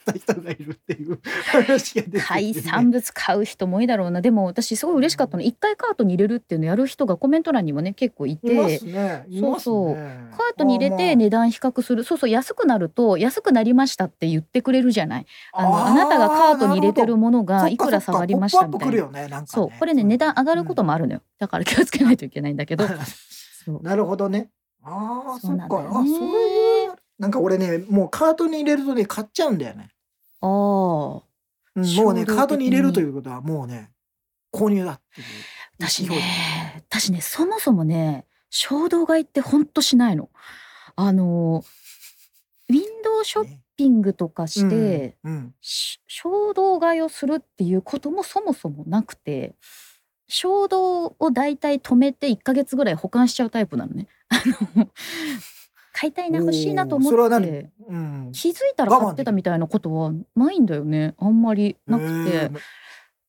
た人がいるっていう話が出てきて、ね。
海産物買う人も多いだろうなでも私すごい嬉しかったの一回カートに入れるっていうのやる人がコメント欄にもね結構いて
いますね。いま
そ
すね。
うそうカートに入れて値段比較するそうそう安くなると安くなりましたって言ってくれるじゃないあのあなたがカートに入れてるものがいくら下がりましたみたいな
な。そっかそっかポップアップ来るよね、なんかね
そうこれね値段上がること
も。
もあるのよだから気をつけないといけないんだけど そう
なるほどね。ああ、
そ
そうっ
なん
か。
だよね
あ、そういう。なんか俺ね、もうカートに入れるとね、買っちゃうんだよね。
あー
うんもう
衝動
ね
的に
カートに入れるということはもうね購入だっていう
私
勢い
ね私ねそもそもね衝動買いってほんとしないの。あのウィンドウショッ
ね
ピングとかして、
うん
し衝動買いをするっていうこともそもそもなくて衝動を大体止めて1ヶ月ぐらい保管しちゃうタイプなのね。 あの買いたいな
おー
欲しいなと思
それは
っ
何
て
うん
気づいたら買ってたみたいなことはないんだよねあんまりなくて。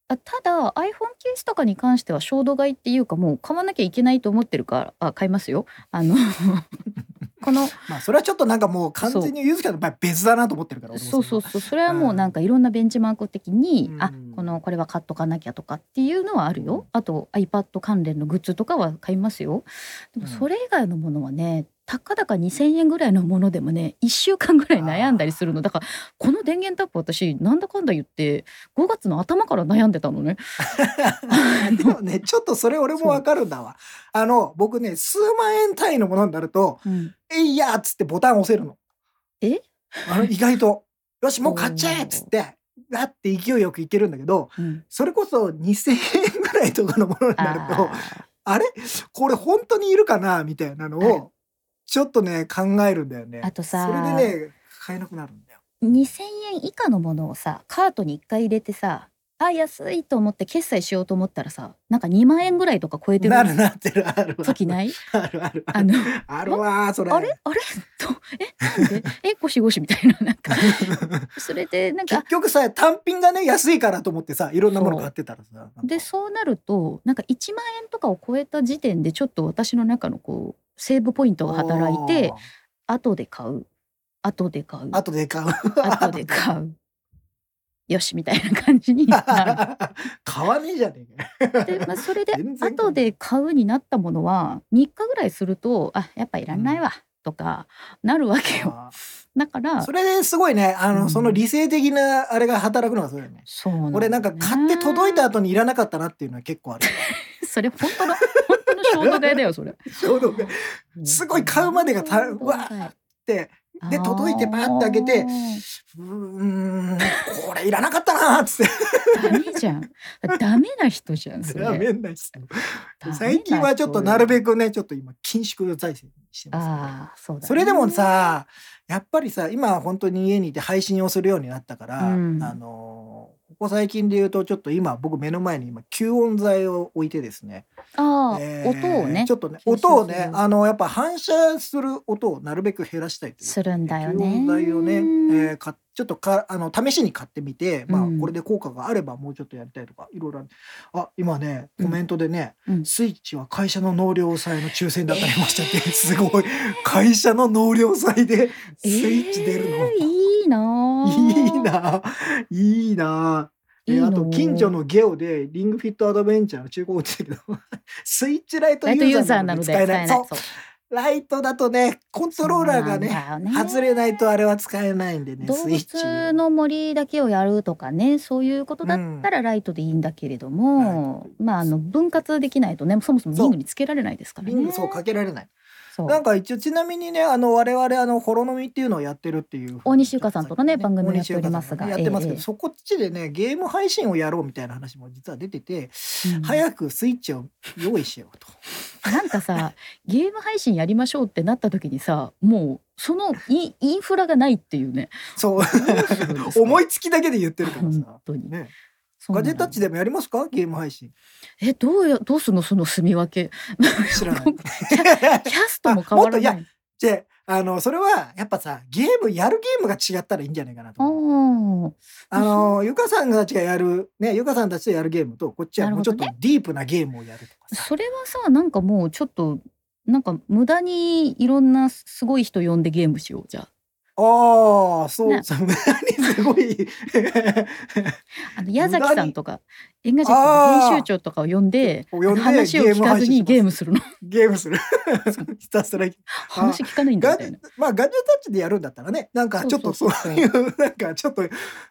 あただ iPhone ケースとかに関しては衝動買いっていうかもう買わなきゃいけないと思ってるからあ買いますよあ のこの
まあそれはちょっとなんかもう完全にゆずきさんの場合別だなと思ってるから俺も
そうそううそうそれはもうなんかいろんなベンチマーク的に、
うん
あこのこれは買っとかなきゃとかっていうのはあるよあと iPad 関連のグッズとかは買いますよでも
うん
それ以外のものはねたかだか2,000円ぐらいのものでもね1週間ぐらい悩んだりするのだからこの電源タップ私なんだかんだ言って5月の頭から悩んでたのね。
でもねちょっとそれ俺もわかるんだわあの僕ね数万円単位のものになると
うん
「えいや!」っつってボタン押せるの
え
あの意外と「よしもう買っちゃえ!」っつってガって勢いよくいけるんだけど
うん
それこそ2,000円ぐらいとかのものになると
あー
あれこれ本当にいるかなみたいなの
はい
をちょっとね考えるんだよね。
あとさ
それでね買えなくなるんだよ。
2,000円以下のものをさカートに1回入れてさあ安いと思って決済しようと思ったらさなんか2万円ぐらいとか超えてる
なるなってるあるわ
時ない
あるあるあ
あ
る
の
あるわーそれ。
あ れあ れとえなんで えゴシゴシみたいななんかそれでなん
結
か
局さ単品がね安いからと思ってさいろんなもの買ってたらさなんか
でそうなるとなんか1万円とかを超えた時点でちょっと私の中のこうセーブポイントが働いて
おー
後で買う後で買う
後で買う
後で買うよしみたいな感じになる。
買わねえじゃねえかよ。
で、まあ、それで
全然
後で買うになったものは3日ぐらいするとあやっぱいらないわとかなるわけよ、
あ
だから
ーそれですごいねあの、
うん
その理性的なあれが働くのがそうだよね。
そうなの
俺なんか買って届いた後にいらなかったなっていうのは結構ある。
それ本当の本当の衝動買いだよそれ
衝動買い すごい買うまでがた
衝動
うわ
買い
でで届いてパーって開けてうーんこれいらなかったなーっつっ
あーダメじゃんダメな人じゃんそ
て
れ
ダメな
ダ
人
メな人
最近はちょっとなるべくねちょっと今緊縮財政にしてますね
ああそうだ、ね、
それでもさやっぱりさ今本当に家にいて配信をするようになったから、
うん
あのーここ最近で言うとちょっと今僕目の前に今吸音材を置いてですね
あー、
えー
音をね
ちょっとね
吸収
音を
す
ね
る
あのやっぱ反射する音をなるべく減らしたいという
するんだよね
吸音材をね、えーかちょっとかあの試しに買ってみて、まあ
うん
これで効果があればもうちょっとやりたいとかいろいろあるあ今ねコメントでね、
うんうん
スイッチは会社の納涼祭の抽選だったりましたって、すごい会社の納涼祭でスイッチ出るの、
えーいいなー
いいないいなえ
いいの
あと近所のゲオでリングフィットアドベンチャーの中古を売ってたけど スイッチライト
ラ
ユ
イトユー
ー
ザ
ザ
ー
ー
な
な
の
の
で
で
使
使
え
え
な
ないい
そ
そうライトだとねコントローラーがね
そうなんだよね
外れないとあれは使えないんでね
動
スイッチ
物の森だけをやるとかねそういうことだったらライトでいいんだけれども、まああの分割できないとねそもそもリングにつけられないですからね。
リングそうかけられない
そう
なんか一応ちなみにねあの我々あのホロノミっていうのをやってるっていう
大西ゆかさんとのね番組を
を
やっておりますが
やってますけど、
ええ
そこっちでねゲーム配信をやろうみたいな話も実は出てて、
うん
早くスイッチを用意しようと。
なんかさゲーム配信やりましょうってなった時にさもうそのインインフラがないっていうね
そう 思いつきだけで言ってるから
本
さ。
当に。
ね、
そうな
ガ
の
ジェタッチでもやりますかゲーム配信
えどうやどうすんのその住み分け
知らな
今
い。
キャストも変わらない。
じゃああのそれはやっぱさゲームやるゲームが違ったらいいんじゃないかなと
あ
思う。
ー
あのゆかさんたちがやるねゆかさんたちとやるゲームとこっちはもうちょっと
なる
ディープなゲームをやるとかさ。
それはさなんかもうちょっとなんか無駄にいろんなすごい人呼んでゲームしようじゃあ
ああそう、
ね
そんなにすごい
あの矢崎さんとか映画
あ
の
ー
編集長とかを呼んで
呼んで
話を聞かずにゲ
ゲ
ー
ー
ム
ム
するの
ゲームするひたすら
話聞かないんだ
ガ
みた
ジ
いな
ェまあガジェタッチでやるんだったらねなんかちょっと
そ
そうう
そうそう
いうなんかちょっと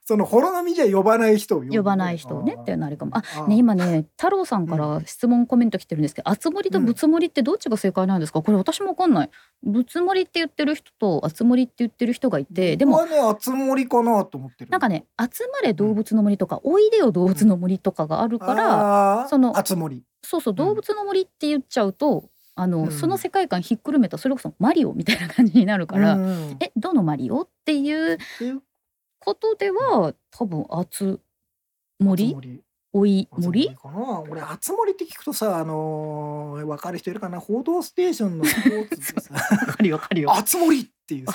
そのホロナミじゃ呼ばない人を呼ぶ
呼ばない人をねっていうのあるかもあ
あー
ね今ね太郎さんから質問コメント来てるんですけど「あつ森とぶつ森ってどっちが正解なんですか?」これ私もわかんない。ぶつ森って言ってる人とあつ森って言ってる人がいてでも
僕はね熱盛かなと思ってる
なんかね「集まれ動物の森」とか「おいでよ動物の森」とかがあるから、
ら
その
熱盛
そうそう「
ん
動物の森」って言っちゃうとあの、
うん
その世界観ひっくるめたそれこそ「マリオ」みたいな感じになるから「
うん
えどのマリオ?」っていうことでは多分「集森」
森
「おい
熱
森」
かな俺熱盛って聞くとさあのー、分かる人いるかな報道ステーションのスポーツで さ
わかるよわかるよ
熱盛っていうさ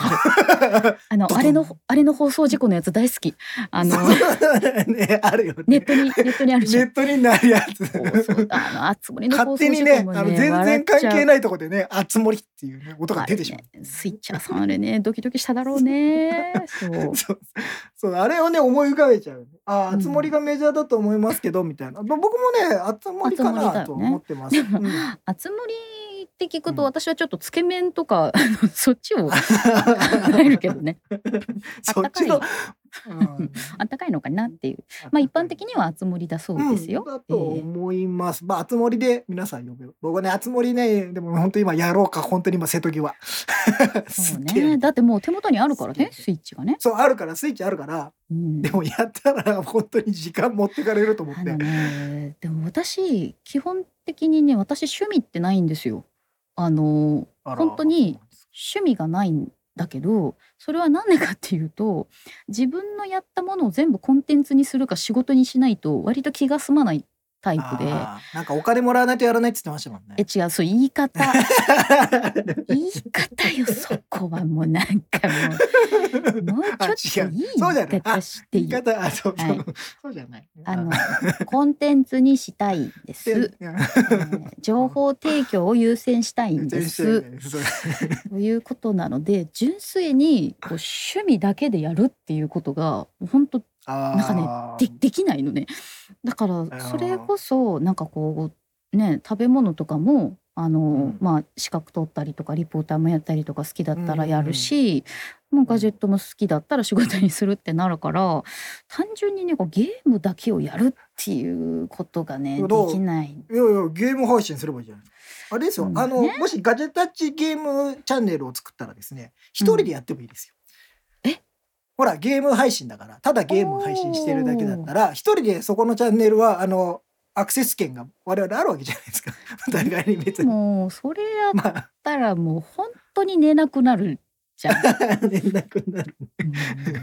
あの
ドドン
あれのあれの放送事故のやつ大好きあの
ねあるよね
ネットにネットにあるじ
ネ
ゃん。
ットになるやつ
そうそうあの熱盛の放送
勝手
事
にね
故も
あの
ね
全然関係
い
ないとこでね「あつ森」っていう、ね、音が出てしまう。
スイッチャーさんあれ ねドキドキしただろうね。そう
そうそうあれをね思い浮かべちゃうあ
う
あ
ん
つ森がメジャーだと思いますけどみたいな、まあ僕もねあつ森
熱
か
盛だよね
なと思ってます、
でも
うん
あつ森って聞くと
うん
私はちょっとつけ麺とか、あのそっちを考えるけど ね
そっちの、うん
あったかいのかなっていうまあ一般的にはあつ森だそうですよ
うん、。だ
え
と思います。まあ、あつ森で皆さん呼べよ。僕はね、あつ森ね、でも本当今やろうか、本当に今瀬戸際。
え そう
すっげ
ね
え
だってもう手元にあるからね
すっげえ
スイッチがね。
そう、あるから、スイッチあるから、
うん
でもやったら本当に時間持ってかれると思っ
あ
て
の。ねでも私基本的にね私趣味ってないんですよ。あの
あら
本当に。趣味がないんだけどそれは何でかっていうと自分のやったものを全部コンテンツにするか仕事にしないと割と気が済まないタイプで。
あーなんかお金もらわないとやらないって言ってましたもんね
え。違うそう言い方言い方よそこはもうなんか もうもうちょっといい
あ違うそうじゃない
言い方して
言
い
い
い
方あそう、
はい
そうじゃない。
あのコンテンツにしたいで、
です
えー情報提供を優先したいんですということなので純粋にこう趣味だけでやるっていうことが本当
なん
かでできないのねだからそれこそなんかこうね食べ物とかもあの、
ん
まあ資格取ったりとかリポーターもやったりとか好きだったらやるし、もうガジェットも好きだったら仕事にするってなるから単純にねこうゲームだけをやるっていうことがねで
どう
きない。
いやいやゲーム配信すればいいじゃないですか。あれですよ、
うん
あのもしガジェタッチゲームチャンネルを作ったらですね一人でやってもいいですよ。
うんえ
ほらゲーム配信だからただゲーム配信してるだけだったら一人でそこのチャンネルはあのアクセス権が我々あるわけじゃないですか お互いに別に。
もうそれやっ
まあ
たらもう本当に寝なくなるじゃん。
連絡になる
うん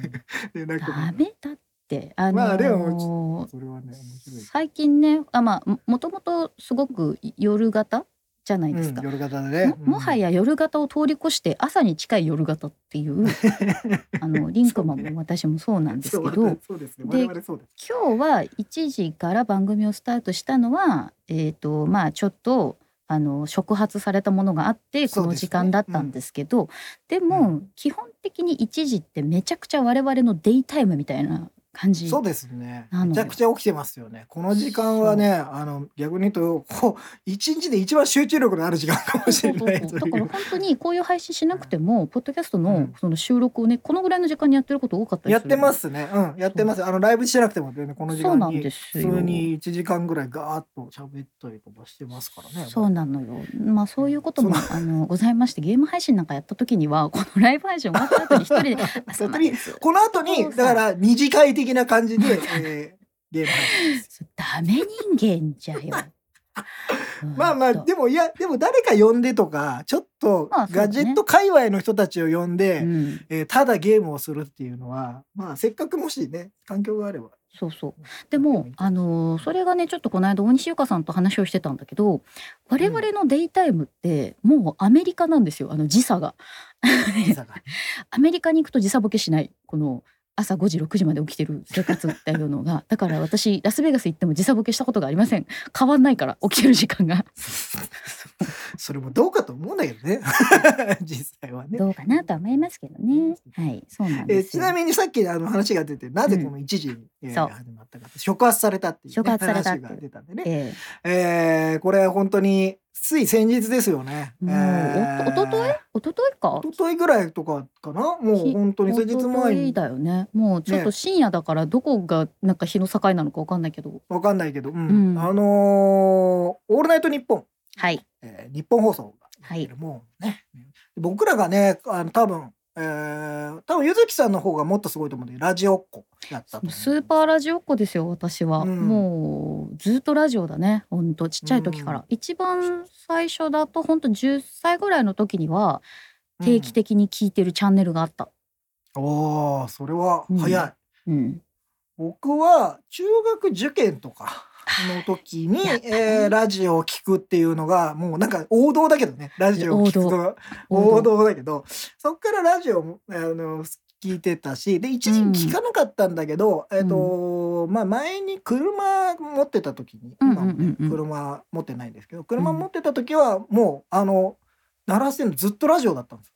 連絡にな
ダ
る。
メだって。あのー
まあでもそれはね面白い。
最近ねあまあももともとすごく夜型じゃないです
うん、
か、
夜型でね
も。もはや夜型を通り越して朝に近い夜型っていう あのリンクマン
そうね
も私もそうなんですけど、
そうそうですね。
で
我々そうです。
今日は1時から番組をスタートしたのはえっ、とまあちょっとあの触発されたものがあってこ
そう
の
ですね
時間だったんですけどで,、
う
も基本的に1時ってめちゃくちゃ我々のデイタイムみたいな感じ
そうですね
なのよ
めちゃくちゃ起きてますよねこの時間はねあの逆に言うとこう一日で一番集中力のある時間かもし
そ
れ
うそう
ない
そう だ
とい
から
う
本当にこういう配信しなくても、ポッドキャスト
う
の
ん
その収録をね、このぐらいの時間にやってること多かったり
や
す
っ
る
てますねうんやってますあのライブしなくても全然この時
そうな
間
んで
に
す
普
よ
通に1時間ぐらいガーッと喋ったりとかしてますからね
そうなのよ。まあそういうこともあのございまして、ゲーム配信なんかやった時にはこのライブ配信終わった後に一人 で朝までず
この後に
そうそう
だから二次会的な感 じで、えーゲーム配信です
ダメ人間じゃよ。
まあまあ
本当
でもいやでも誰か呼んでとかちょっと
まあそうね
ガジェット界隈の人たちを呼んで、
うん、
えーただゲームをするっていうのはまあせっかくもしね環境があれば
そうそう。でもあのーそれがねちょっとこの間大西ゆかさんと話をしてたんだけど、我々のデイタイムってもうアメリカなんですよ。あの時差が
朝が
アメリカに行くと時差ボケしないこの。朝5時6時まで起きてる生活っていうのがだから私ラスベガス行っても時差ボケしたことがありませ ん変わんないから起きてる時間が
それもどうかと思うんだけどね実際は ね。
どうかなとは思いますけどね。はい、そうなん
え
で
ー
す
ち
よ。
なみにさっきあの話が出てなぜこの1時に、えー
そう
始まったかって触発されたっていう、ね、
触発されたって
話
いう
が出たんでね、
え
えーこれ本当につい先日ですよね。
もう
えー
おとおととい一昨日か。
一昨日ぐらいとかかなもう本当に数日前
い
に
だよね。もうちょっと
ね
深夜だからどこがなんか日の境なのかわかんないけど。
わかんないけど、うん
うん
あのーオールナイトニッポン」
はい。
えー日本放送がですけども、ね、僕らがねあの多分、えー多分ゆずきさんの方がもっとすごいと思うんでラジオっ子やったと思う
スーパーラジオっ子ですよ私は、
うん
もうずっとラジオだねほんとちっちゃい時から、
うん
一番最初だとほんと10歳ぐらいの時には定期、的に聞いてるチャンネルがあった、
うんおーそれは早い、
うん、
僕は中学受験とかの時に、
やったね
えーラジオを聞くっていうのがもうなんか王道だけどねラジオを聞く
王
と王道だけどそっからラジオもあの聞いてたしで一時聞かなかったんだけど、えっ、とまあ前に車持ってた時に、
うんうん
今もね
うんうん
車持ってないんですけど車持ってた時はもうあの鳴らしてるのずっとラジオだったんです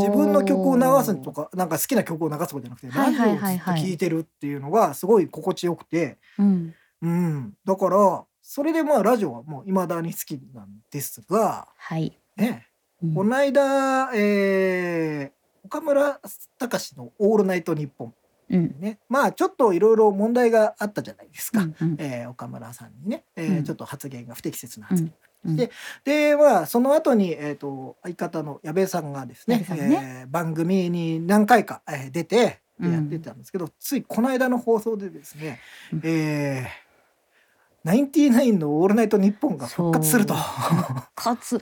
自分の曲を流すと
か、
かなんか好きな曲を流すとかじゃなくて
は
ラ
い
ジ
はい
オを
は
ず
い
っと
はい
聴いてるっていうのがすごい心地よくて、
うん、
うん、だからそれでまあラジオはもう未だに好きなんですが
はい、
ね
うん
この間、えー岡村隆史の「オールナイトニッポン
うん」
ねまあちょっといろいろ問題があったじゃないです
う
か、
んうん
えー岡村さんにね、えー
うん
ちょっと発言が不適切な発言、
うん
ででまあその後にえっ、と相方の矢部さんがですね
矢部さんね
えー番組に何回か、えー出て
うん
やってたんですけど、ついこの間の放送でですね、
うん
えーナインティナインのオールナイトニッポンが復活す ると。
かつ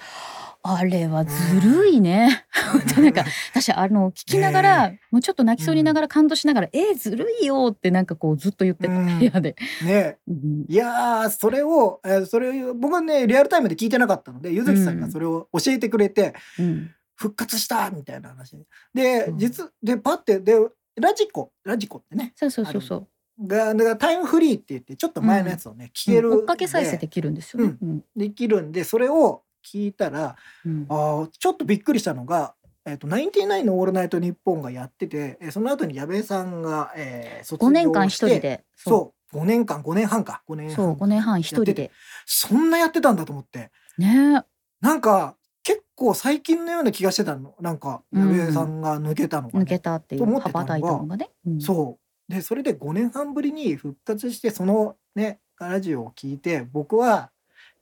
あれはずるいね、本当なんか私あの聞きながら、もうちょっと泣きそうにながら感動しながら「えー、ずるいよ」ってなんかこうずっと言ってた
うん
部屋で、
ね
うん
いやーそれを、えーそれを僕はねリアルタイムで聞いてなかったのでゆずきさんがそれを教えてくれて、
うん
復活したみたいな話で、
うん
実でパッてでラジコラジコってね
そうそうそうそう
がだからタイムフリーって言ってちょっと前のやつをね、聞けるんで、
追っかけ再生できるんですよね。うん
できるんでそれを聞いたら
うん
あーちょっとびっくりしたのが「えっとナインティナインのオールナイトニッポン」がやっててえーその後に矢部さんが、えー、卒業して
5年間一人で
そう5年間5年半か5年
う
半
そう5年半一人で
そんなやってたんだと思って
ね
なんか結構最近のような気がしてたのなんか矢部さんが抜けたのがね、
抜けたってい
と思
う
ってたの
羽
が
ばたいたのがね。うん
そうでそれで5年半ぶりに復活してそのねラジオを聞いて僕は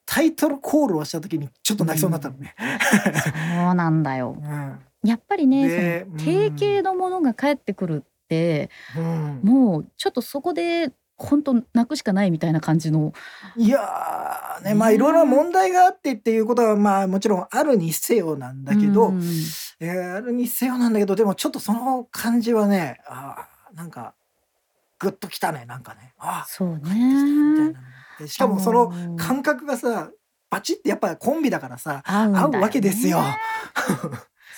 タイトルコールをした時にちょっと泣きそうになったのね。
そうなんだよ
う。ん
やっぱりね
で
その定型のものが返ってくるって、
うん
もうちょっとそこで本当泣くしかないみたいな感じの、
いやーねまあいろいろな問題があってっていうことはまあもちろんあるにせよなんだけど、
うん
えーあるにせよなんだけどでもちょっとその感じはねあーなんかグッときたねなんかねあー
そう
帰ってきたみたい
ね
な。でしかもその
あのー
感覚がさバチってやっぱコンビだからさ
合うんだ
合
よ
う
ね
わけですよ。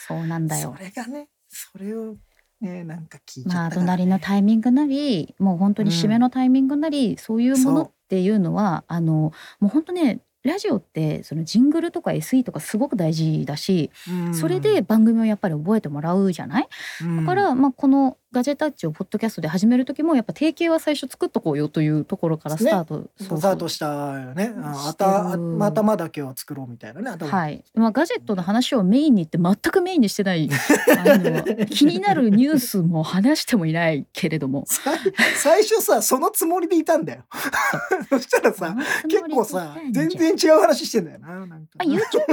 そうなんだよ
それがねそれをねなんか聞いち
ま
ゃ
あ
ったから
隣のタイミングなりもう本当に締めのタイミングなり、そういうものっていうのはあのもう本当ねラジオってそのジングルとか SE とかすごく大事だし、
うん
それで番組をやっぱり覚えてもらうじゃない、だから、まあ、このガジェタッチをポッドキャストで始める時もやっぱ提携は最初作っとこうよというところからスタート、そ
ス
うそう
タートしたよね。ああた
うん
頭だけを作ろうみたいなね。頭
はいまあ、ガジェットの話をメインにって全くメインにして ないあの気になるニュースも話してもいないけれども
さ 最初さそのつもりでいたんだよ。そしたらさ結構さ全然違う話してんだよな。なんか
まあ、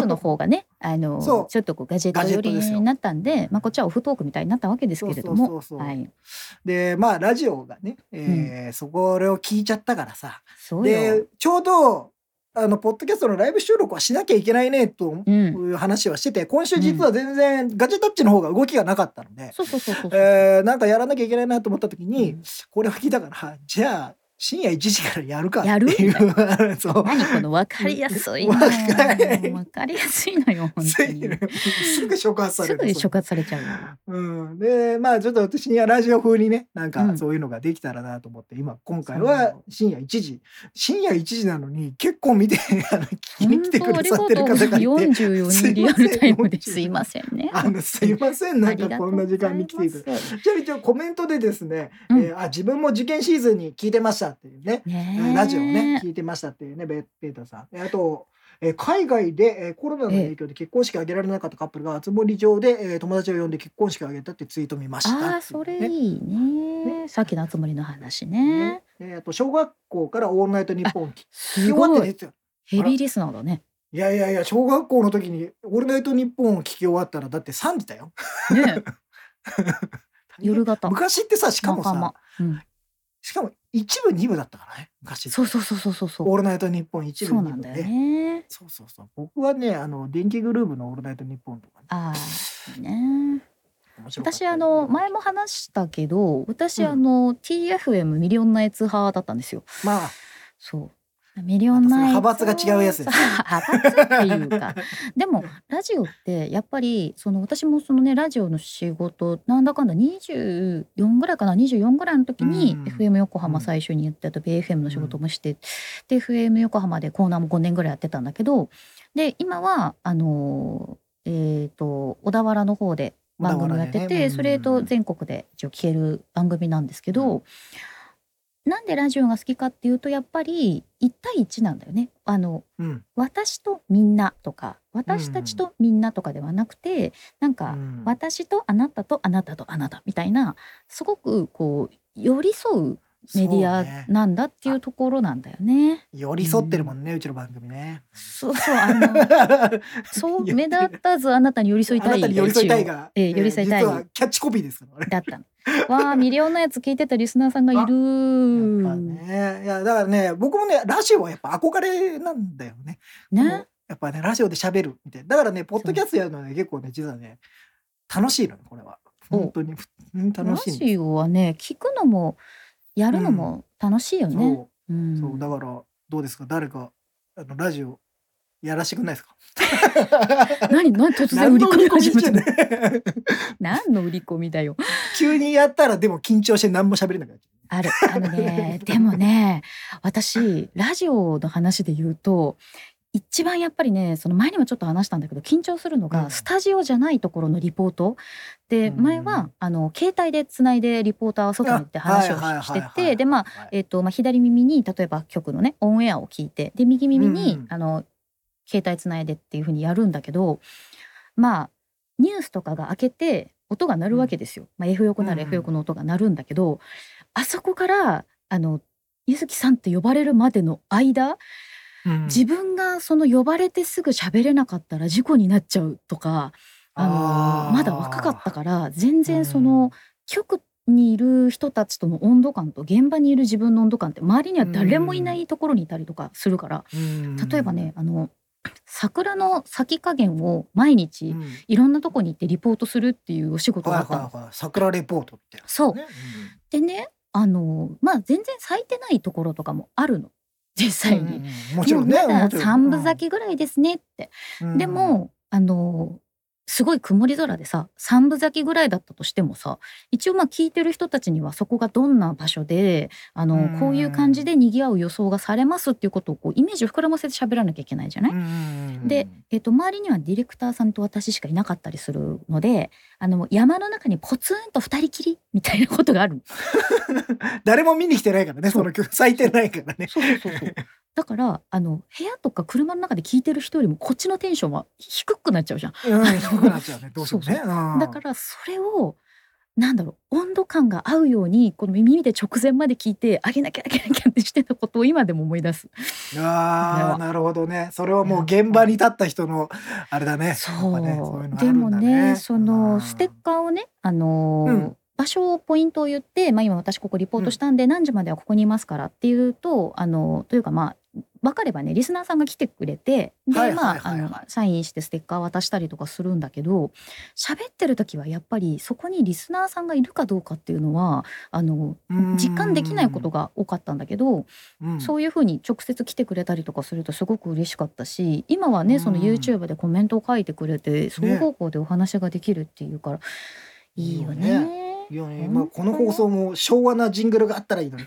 YouTube の方がね あのち
そ
ょ
う
っとこうガジェット寄り
ガジェットですよ
になったんで、まあ、こっちはオフトークみたいになったわけですけれども。
そうそうそうそう
はい、
でまあラジオがね、えーそこを聞いちゃったからさ。
そうよ
で、ちょうどあのポッドキャストのライブ収録はしなきゃいけないねと
うん、
いう話はしてて今週実は全然ガジェタッチの方が動きがなかったので、
そうそうそうそうそう、
えーなんかやらなきゃいけないなと思った時に、
うん
これを聞いたからじゃあ深夜1時からやるかって
やる
いう そう
何この分かりやすいの
わかり
分かりやすいのよ本当に
すぐ触発され
すぐ
る
触発されちゃうよ
うん、でまあちょっと私にはラジオ風にねなん
う
か
ん
そういうのができたらなと思って、今今回は深夜1時深夜1時なのに結構見てあの聞きに来てくださってる方がいて。
44人リアルタイムですいませんね。
あのすいませんなんかこんな時間に来ていただいてちなみにちょコメントでですね、
うん
えーあ自分も受験シーズンに聞いてましたっていうね、
ねえ
ラジオをね聞いてましたっていうねベベータさんえあと、えー海外で、えーコロナの影響で結婚式あげられなかったカップルがつ森上で、えー友達を呼んで結婚式あげたってツイート見ましたっていうね
ああそれいいねさっきの集まりの話ね
ねえーあと小学校から「オールナイトニッポン」聞き
す
終わっ
ご
て
い
出てた
ヘビーリスナーだね
いやいやいや小学校の時に「オールナイトニッポン」を聞き終わったらだって3時だよ
ね夜型
昔ってさしかも
仲
さ
間うん
しかも一部二部だったからね昔って
そうそうそうそうそうそ
オ
う
ールナイトニッポン一部
そう
二部
なんだよね
そうそうそう。僕はね、あの電気グルーブのオールナイトニッポンとか、ね、
ああいいね
面白かった
私あの前も話したけど私あの TFM ミリオンナイツ派だったんですよ
まあ
そう。ミリオンナイツ。
またそれ派閥が違うやつです
派閥っていう か。でも、ラジオって、やっぱり、その、私もそのね、ラジオの仕事、なんだかんだ24ぐらいかな、24ぐらいの時に、
うん
FM 横浜
うん
最初にやって、あと、BFM の仕事もして、で、FM 横浜でコーナーも5年ぐらいやってたんだけど、で、今は、あのー、えっ、と、小田原の方で番組をやって
小田原
て、
でねうん
それと全国で一応消える番組なんですけど、なんでラジオが好きかっていうとやっぱり1対1なんだよね。あの
うん、
私とみんなとか私たちとみんなとかではなくて、なん
う
か、
ん
私とあなたとあなたとあなたみたいなすごくこう寄り添うメディ
そうね
アなんだっていうところなんだよね。
寄り添ってるもんね、うちの番組ね。
そうそうあ のそう目立たずあなたに寄り添い
あ
た
ないたに寄り添いたいが、
ええ寄り添いたい
実はキャッチコピーですから、ね。
だったの。 わあミリオンのやつ聞いてたリスナーさんがいる
やっぱね、いやだからね、僕もね、ラジオはやっぱ憧れなんだよね。
ね。
やっぱね、ラジオで喋るみたいな。だからね、ポッドキャストやるのはね、結構ね、実はね、楽しいのよ、これは。
お
本当に、うん楽しい
ラ
の。
ジオはね聞くのもやるのも楽しいよ
そう
ね。うん
そうだからどうですか誰かあのラジオやらしてくんないですか
何何突然売
何
り込
の
み始めたの
売り込みじゃない
何の売り込みだよ。
急にやったらでも緊張して何も喋れなくなっち
あるあの ねでもね私ラジオの話で言うと一番やっぱりねその前にもちょっと話したんだけど緊張するのが、
うん
スタジオじゃないところのリポートで、
うん
前はあの携帯でつないでリポーターは外に行って話を
あはいはい
し
はい
て
はい
てでまあ
ゃう、
えっとまあ、左耳に例えば曲のねオンエアを聞いてで右耳に、
うんうん
あの携帯つないでっていう風にやるんだけどまあニュースとかが開けて音が鳴るわけですよ、まあ、F 横なら
うんうん
F 横の音が鳴るんだけど、あそこからあのゆずきさんって呼ばれるまでの間、
うん
自分がその呼ばれてすぐ喋れなかったら事故になっちゃうとかあの
あー
まだ若かったから全然その、局にいる人たちとの温度感と現場にいる自分の温度感って周りには誰もいないところにいたりとかするから、
うん
例えばねあの桜の咲き加減を毎
う
日
ん
いろんなとこに行ってリポートするっていうお仕事が
は
あ
い
ったの。
はいはい桜レポートみたいな
そう
ね
でねあのまあ全然咲いてないところとかもあるの実
うん
際に。
うんうんもちろんね
もうまだ
もちろん
三分咲きぐらいですねって、
うん
でもあのすごい曇り空でさ三分咲きぐらいだったとしてもさ一応まあ聞いてる人たちにはそこがどんな場所であの、
うん
こういう感じで賑わう予想がされますっていうことをこうイメージを膨らませて喋らなきゃいけないじゃない、で、えっと周りにはディレクターさんと私しかいなかったりするのであの山の中にポツンと二人きりみたいなことがある
誰も見に来てないからねその曲咲いてないからね
そうそうそうそう だからあの部屋とか車の中で聞いてる人よりもこっちのテンションは低くなっちゃうじゃん
うん低くなっちゃうねどうしてもね
そうだからそれをなんだろう温度感が合うようにこの耳で直前まで聞いてあげなきゃあげなきゃってしてたことを今でも思い出す。
ああなるほどねそれはもう現場に立った人のあれだね
そう
やっぱねそういうのあ
で
るん
も
だ
ね
ね
そうの
ん
ステッカーをね、あのー
うん
場所をポイントを言って、まあ、今私ここリポートしたんで何時まではここにいますからっていうと、あのというかまあ分かればねリスナーさんが来てくれてで、
はい
ま
はい
あ
は
あ
いはい
のサインしてステッカー渡したりとかするんだけど喋ってる時はやっぱりそこにリスナーさんがいるかどうかっていうのはあの
うん
実感できないことが多かったんだけど、
うん
そういうふうに直接来てくれたりとかするとすごく嬉しかったし今はねその
うん
YouTube でコメントを書いてくれて双方向でお話ができるっていうから、いいよ
いい
ね
よいやね、まあ、この放送も昭和なジングルがあったらいいのに。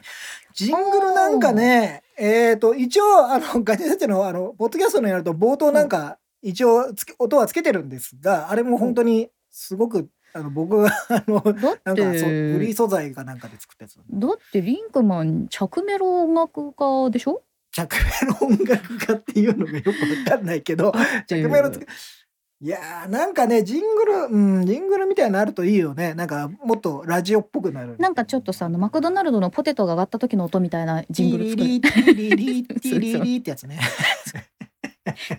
ジングルなんかね、えっ、と、一応、あの、 ガチャガチャの、あの、ポッドキャストのやると、冒頭なんか、一応つけ、音はつけてるんですが、あれも本当に、すごく、あの、僕が、あの、
だっ
なんか、そう、フリー
て
素材かなんかで作ったやつ。
だってリンクマン着メロ音楽家でしょ
着メロ音楽家っていうのがよくわかんないけど、着メロつけいやーなんかねジングルうんジングルみたいになのあるといいよねなんかもっとラジオっぽくなる
なんかちょっとさあのマクドナルドのポテトが上がった時の音みたいなジングル作る
ティリリリティリリってやつね。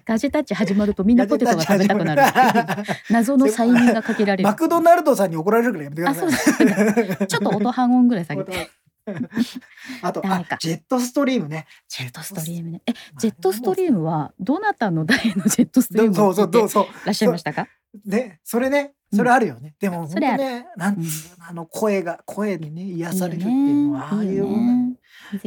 ガジェタッチ始まるとみんなポテトが食べたくなる 謎の催眠がかけられる
マクドナルドさんに怒られるからやめてください。
あそうちょっと音半 音ぐらい下げて
あと
ダメか
あジェットストリームね。ジェ
ジェットストリー
ム。
ムね。え、ジェットストリームはどなたの代のジェットストリーム
そ
を
うそ
聞
う
い
そう
て
そう。
らっしゃいましたか？
ねそれね
うん
それあるよね。でも本
そ
当
れある
ねなんつうのあの声が声にね癒されるっていうのはああ
いい
い
よ
うもんだ
ね。
ね
いいよね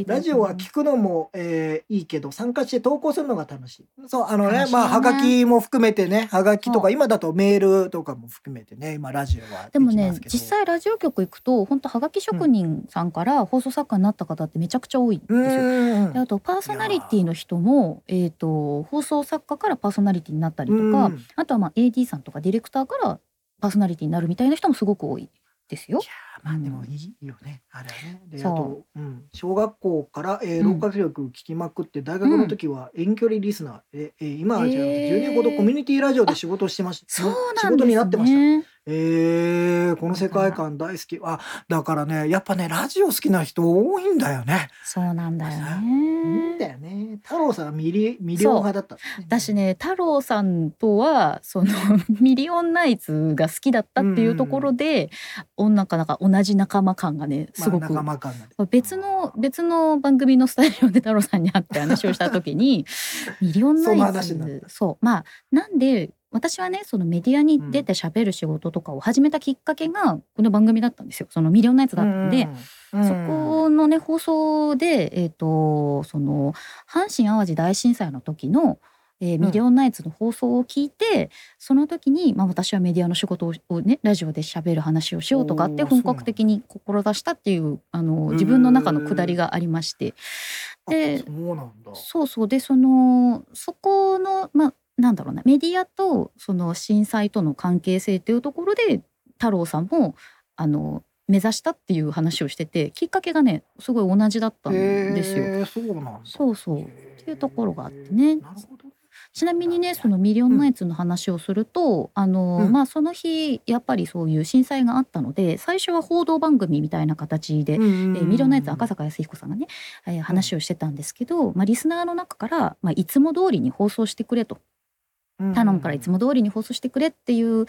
ラジオは聞くのも、えーいいけど参加して投稿するのが楽しい。そうあのね
楽しいね
まあはがきも含めてねはがきと
そ
か今だとメールとかも含めてね今ラジオは
でも
きま
ね
すけど
実際ラジオ局行くと本当はがき職人さんから放送作家になった方ってめちゃくちゃ多いんです
う
よ。
ーん
であとパーソナリティの人も、えー、と放送作家からパーソナリティになったりとか、
うん
あとはまあ AD さんとかディレクターからパーソナリティになるみたいな人もすごく多いですよ。
まあでもいいよね、あれはね。であ
そう
と、うん、小学校から、えー、
う
老
ん
化力聞きまくって、大学の時は遠距離リスナーで、えー今はじゃなくて
へー
10年ほどコミュニティラジオで仕事をしてました。
そうな
仕
んで
事
す
になってました。
ね。
えー、この世界観大好き。あ、だからね、やっぱね、ラジオ好きな人多いんだよね。
そうなんだよね。
いいんだよね。太郎さんはミリミリオン派だったんですね、
私ね太郎さんとはその ミリオンナイツが好きだったっていうところで、女ん、なんか同じ仲間感がね
まあ
すごく、
仲間感がね
別の別の番組のスタジオで太郎さんに会って話をした時 にミリオンナ
そんな
イ
話になっ
ツそうまあなんで私はねそのメディアに出て喋る仕事とかを始めたきっかけがこの番組だったんですよそのミリオンナイツだったんで、
うんうん
そこのね放送で、えー、とその阪神・淡路大震災の時の、えーミリオンナイツの放送を聞いて、その時に、まあ、私はメディアの仕事ををねラジオで喋る話をしようとかって
おーそう
本
なんだ
格的に志したっていうあの自分の中のくだりがありまして、
あ
で
そうなんだ。
そうそうでそのそこのまあなんだろうなメディアとその震災との関係性っていうところで太郎さんもあの目指したっていう話をしててきっかけがねすごい同じだったんですよ。
えー、そうなんだ。
そうそう
って
いうところがあってね
なるほど。
ちなみにねその「ミリオンナイツ」の話をすると、あの
うん
まあ、その日やっぱりそういう震災があったので最初は報道番組みたいな形でえーミリオンナイツ赤
坂。
坂康彦さんがね、えー話をしてたんですけど、まあ、リスナーの中から、まあ、いつも通りに放送してくれと頼むからいつも通りに放送してくれっていう、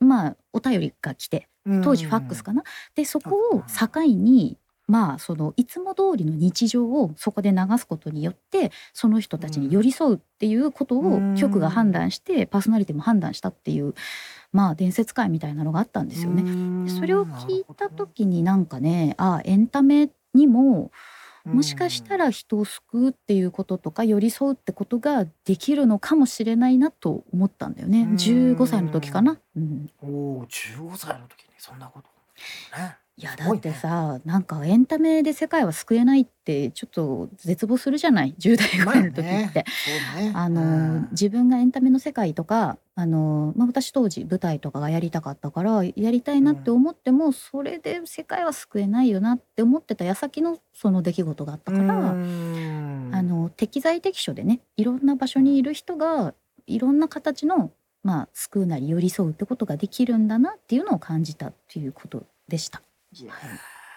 まあ、お便りが来て当時ファックスか
な。
な。でそこを境にまあそのいつも通りの日常をそこで流すことによってその人たちに寄り添うっていうこと
う
を
ん
局が判断してパーソナリティも判断したっていうまあ伝説会みたいなのがあったんですよね。で
ね
それを聞いた時になんかねああエンタメにももしかしたら人を救うっていうこととか寄り添うってことができるのかもしれないなと思ったんだよね
うん
15歳の時かな、うん、
おおー15歳の時にそんなこと、ね、
いやだってさ、なんかエンタメで世界は救えないってちょっと絶望するじゃない10代ぐらいの時って、
そうね
あ
う
の
ん
自分がエンタメの世界とかあの、まあ、私当時舞台とかがやりたかったからやりたいなって思っても、それで世界は救えないよなって思ってた矢先のその出来事があったから、
うん
あの適材適所でねいろんな場所にいる人がいろんな形の、まあ、救うなり寄り添うってことができるんだなっていうのを感じたっていうことでした。
いやー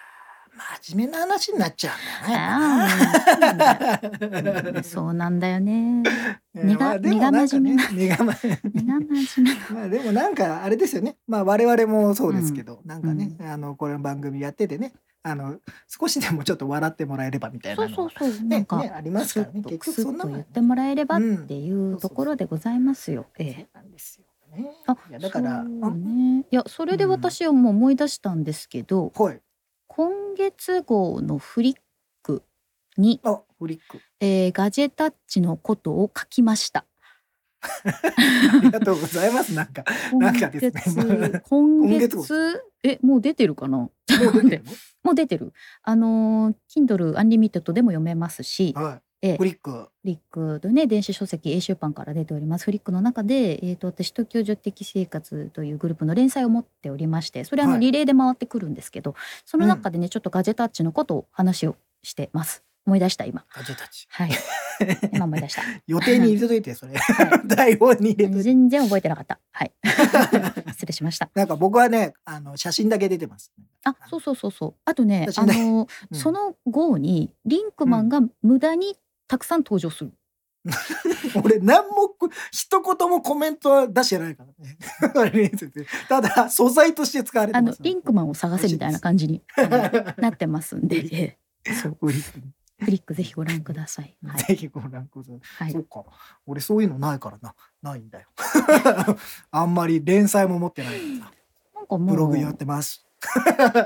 真面目な話になっちゃうん
あーそうなんだ
だね。
うん そうなんだよね。
うん
根が
まあでもなんかね根
根が
が真面目
真面目
まあでもなんかあれですよね。まあ我々もそうですけど、なんかね、あのこれの番組やっててね、あの少しでもちょっと笑ってもらえればみたい
そ
な
う
の
そう
が
そう、なん
ね
か、
ねありますからね。
と
結
く
局
すっ
そんな
と
もん
言っ
ね
てもらえればってい
そううそう
ところでございますよ。え
そう
え
なんですよね。
あ
いやだから、
そうね、いやそれで私はもう思い出したんですけど、
あはい。
今月号のフリックに、
あフリック。
えーガジェタッチのことを書きました。
ありがとうございます。なんか
今
なんかですね
月今
今
月
月
えもう出てるかな？
もう出てる
もう出てる。あのー Kindle Unlimited でも読めますし、
の。は
ええ
い。フリック。
フリックでね電子書籍英出版から出ておりますフリックの中で、えー、と私東京女的生活というグループの連載を持っておりましてそれはあの
はい
リレーで回ってくるんですけど、その中でね、ちょっとガジェタッチのことを話をしてます思い出した今
ガジェタッチ。
はい 今思い出した、は
予定に入れといて それ。
い、
台本に入れといて。
全然覚えてなかったはい 失礼しました
なんか僕はね、あの写真だけ出てます。
あそうそうそうそうあとね
私
あ
ね
の、
うん
その号にリンクマンが無駄にたくさん登場する、
俺何もこ一言もコメントは出してないからねあれについて。ただ素材として使われて
あ
ま
の
す。
リンク マンを探せみたいな感じにあのなってますんで、ええそう
フリック
クリックぜひご覧ください。はい、
ぜひご覧ください。
は
そ
い、
うか。俺そういうのないからな。ないんだよ。 あんまり連載も持ってないからさ。
なんかもう
ブログやってます。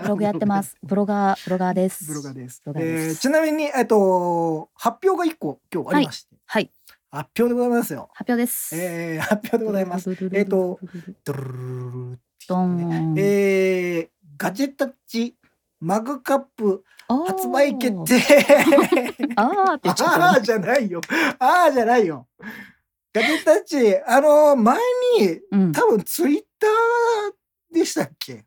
ブログやってます。ブロガー、ブロガーです。
ブロガーです。
ブロガーです
えーちなみに、えっと、発表が一個今日ありまして、
はい、
発表でございますよ。
発表です。
えー、発表でございます。。えーと、ドゥルルルルルってい
ド
うね
ン。
えー、ガジェタッチマグカップ
あー
発売決。定
あーって言っちゃった
ああじゃないよああじゃないよガジェタッチあの前に
うん。
多分ツイッターでしたっけ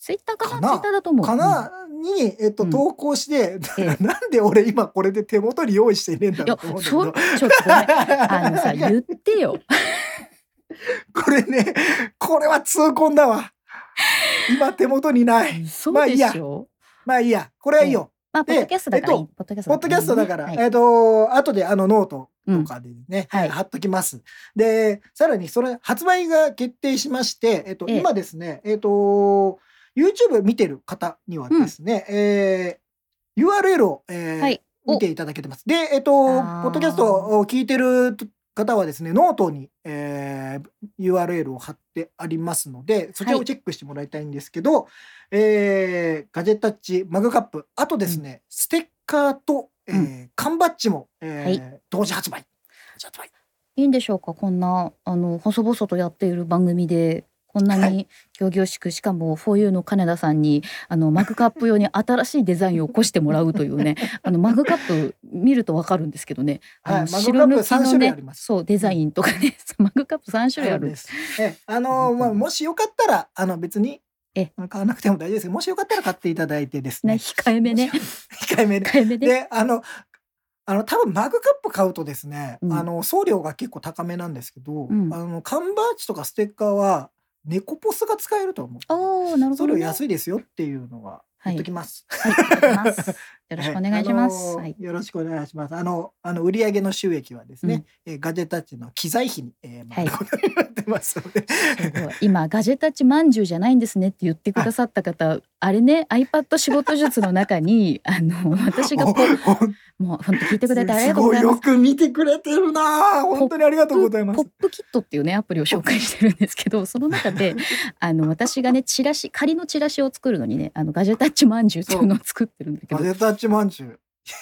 ツイッターか
か
な、
な
ツイッターだと思う。
かな、に、えっと、
うん
投稿して、
え
なんで俺今これで手元に用意してねえん
う
だ
ん。い
ろ
や
うと思、うんだけ
そ
ど
う、ちょっとごめん。あ のさ、言ってよ。
これねこれは痛恨だわ今手元にない
そうでしょ。
まあいいやこれはいいよ
まあ、ポ
で
ッドキャストだからいい、
えっと
ポッドキャスト
ポッドキャストだから、
はい
えっと、後であのノート
う
と
ん
かでね、
うんはい
貼っときます。で、さらにそれ、発売が決定しまして、えっと、
ええ
今ですね、えっと、YouTube 見てる方にはですね、えー URL を、えー
はいお
見ていただけてます。で、えっと、
あー
ポッドキャストを聞いてる方はですね、ノートに、えー URL を貼ってありますので、そちらをチェックしてもらいたいんですけど、えーガジェタッチマグカップあとですね、ステッカーと、えー
う
缶バッジも、えー
は
同時発売同時発売
いいんでしょうかこんなあの細々とやっている番組でこんな
は
に仰々しくしかも「4U」の金田さんにあのマグカップ用に新しいデザインを起こしてもらうという ねあのマグカップ見るとわかるんですけどねあ
は
の
いマグカップ
白抜
3
き
種類あ
ね
ります
そうデザインとかねマグカップ3種類あ
そう
る
ですええあのーまあ、もしよかったらあの別に
え
買わなくても大丈夫ですけどもしよかったら買っていただいてです
ね
ね
控えめね
控えめで
控えめで
であのあの多分マグカップ買うとですね、
うん
あの送料が結構高めなんですけど、
ん
あの缶バッジとかステッカーは猫ポスが使えると思う
おーなるほ
送
ど、
料
ね、
安いですよっていうの は言っときます。
はいいただきますよろしくお願いしま
あ
す、
のー
はい
よろしくお願いします。あの、あの売上の収益はですね、えーガジェタッチの機材費に、えー、
はい
回ることになってますので。
すごい今ガジェタッチまんじゅうじゃないんですねって言ってくださった方あれね iPad 仕事術の中 にあの 私がポ
おほん
もう本当聞いてくれてありが
す
とうご
ご
ざ
い
いま
よ
す。
く見てくれてるなあ。本当にありがとうございま
ポ
す
ッ。プキットっていうねアプリを紹介してるんですけ どその中であの私がねチラシ仮のチラシを作るのにねあのガジェタッチまんじゅうっていうのを作ってるんだけ
ガ
ど
ジェタッチまんじゅう。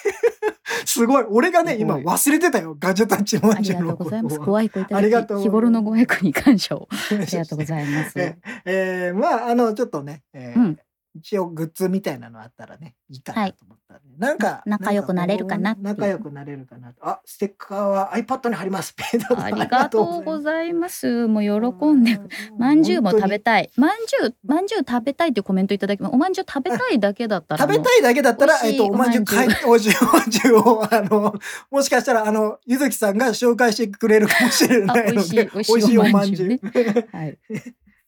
すごい。俺がね、
すご
今
い
忘れてたよ。ガジェタッチマ
あ
ン
り
ジ
が
ェ
とう
の
ご
こ
ざいます。
と
ご愛顧いた
あり
だ
が
き、
とう
日頃のご愛顧に感謝を。ありがとうご
い
ざいます。
ええーまあ、あの、ちょっとね、えー
うん
一応グッズみたいなのあったらね、いいか
は
ないと思ったんで、なんか、
な仲良くなれるかなっていう
仲良くなれるかなと。あ、ステッカーは iPad に貼ります。ペーターさん
ありがとうご
ざ
ざ
い
います。も
ま
う
す
喜んで。。まんじゅうも食べ
た
たい。まんじゅう、まんじゅう食べたいっていうコメントいただきます。おまんじゅう食べたいだけだったら
食
もう。
べたいだけだったら、
美味
え
し
っ
い
と、おまんじゅう買い、おまんじゅうおまんじゅうを、あの、もしかしたら、あの、ゆずきさんが紹介してくれるかもしれないので、
あ美味しい美味しいおまんじゅうね
美味しい おまんじゅう
はい。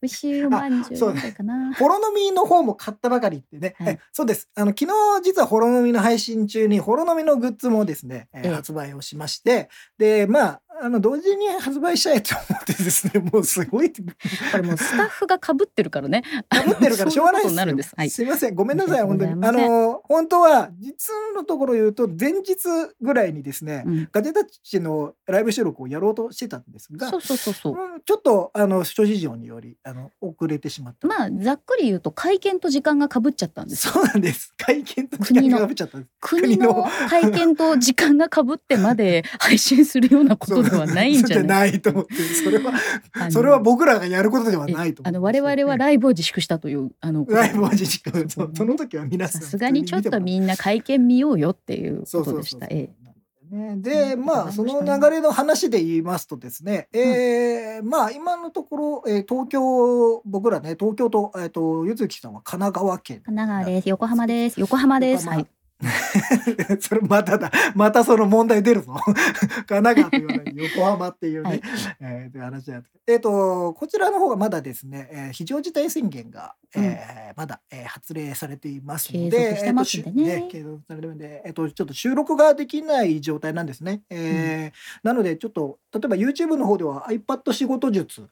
美味しいおまんじゅ
あ
う
そう
なんかな。
ホロノミの方も買ったばかりってね、
はい
えそうです。あの、昨日実はホロノミの配信中に、ホロノミのグッズもですね、えー
ええ
発売をしまして、で、まあ、あの、同時に発売したいと思ってですね、 もうすごい、被
これもうスタッフが被ってるからね。
ってるからしょうがない
そういうことに
です
なる
よ。
んですはい
すいません、ごめんなさい、本当に。
申し
あ
訳ございません
の、本当は、実のところ言うと、前日ぐらいにですね、
うん
ガジェタッチのライブ収録をやろうとしてたんですが、
そうそうそうそう。
うんちょっとあの諸事情によりあの遅れてしまった。
まあ、ざっくり言うと会見と時間が被っちゃったんですよ。
そうなんです。会見と時間が被っちゃったんです。
国の会
国
見と時間が被ってまで配信するようなことではないんじゃない
そうじゃないと思って、それは
あの
それは僕らがやることではないと思
あの
うん
我
ですよ
々はライブを自粛したというあの
ライブは自粛
そう
そうその時は皆さ
さ
ん
すがにちょっとみんな会見見ようよっていうことでした。ええ
ね、で、
うん
まあ、
わかり
そ
ました
の流れの話で言いますとですね、えーまあ、今のところ、えー東京、僕らね、東京と、えっ、と、ゆずきさんは神奈川県。
神奈川です横浜です横浜です
横
は
浜
い
それまただ、またその問題出るぞ。 神奈川と言わないで横浜っていうね、
はい
えーという話なんですけどえっ、と、こちらの方がまだですね、えー非常事態宣言が、えーまだ、えー発令されていますので、
継続してますんでね
えーとし継続されてるんで、えっ、と、ちょっと収録ができない状態なんですね。えーなので、ちょっと、例えば YouTube の方では iPad 仕事術、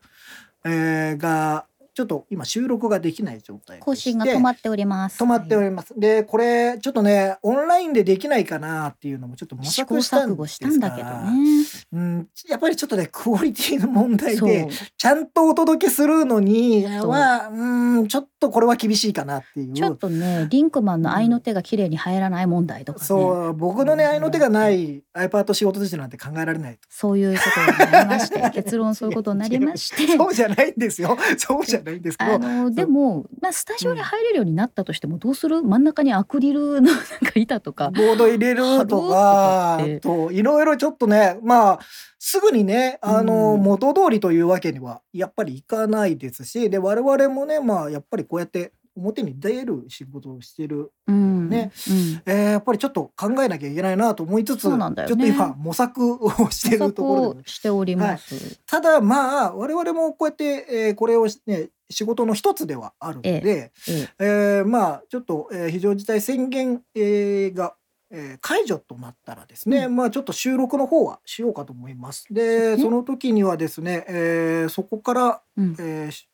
えーが、ちょっと今収録ができない状態で
更
して
新が止まっております
止まってお
はい
ります。で、これ、ちょっとね、オンラインでできないかなっていうのもちょっと模
試行
索した
錯
んで
誤
す
し
が
たんだけどね
うん、やっぱりちょっとね、クオリティの問題
そう
で、ちゃんとお届けするのに
そう
は、うん、ちょっとこれは厳しいかなっていう。
ちょっとねリンクマンの愛の手が綺麗に入らない問題とかねそう
そう、僕のね、愛の手がない iPad 仕事術なんて考えら れないと。
いうことになりまして 結論そういうことになりまして
そうじゃないんですよ。そうじゃないんですけ
あ
ど。
のでも、まあ、スタジオに入れるようになったとしてもどうする真ん中にアクリルのなんか板とか
ボード入れると
ハ
か
ロー、
といろいろちょっとね、まあ、すぐにね、あの、
うん
元通りというわけには、やっぱりいかないですし、で、我々もね、まあ、やっぱりこうやって、表に出る仕事をしてる、
うん
ね
うん、
えーやっぱりちょっと考えなきゃいけないなと思いつつ、ち
そ
ょ
う
っ
なんだよ
と
ね
今模索をしてるところ
模索
で
をしております。
ただまあ我々もこうやって、えーこれをしね仕事の一つではあるので、
ええ
えーまあちょっと、えー非常事態宣言、えーが、えー解除となったらですね、
う
まあちょっと収録の方はしようかと思います。
そう
で、
ですね
その時にはですね、えーそこから、
うん
えーし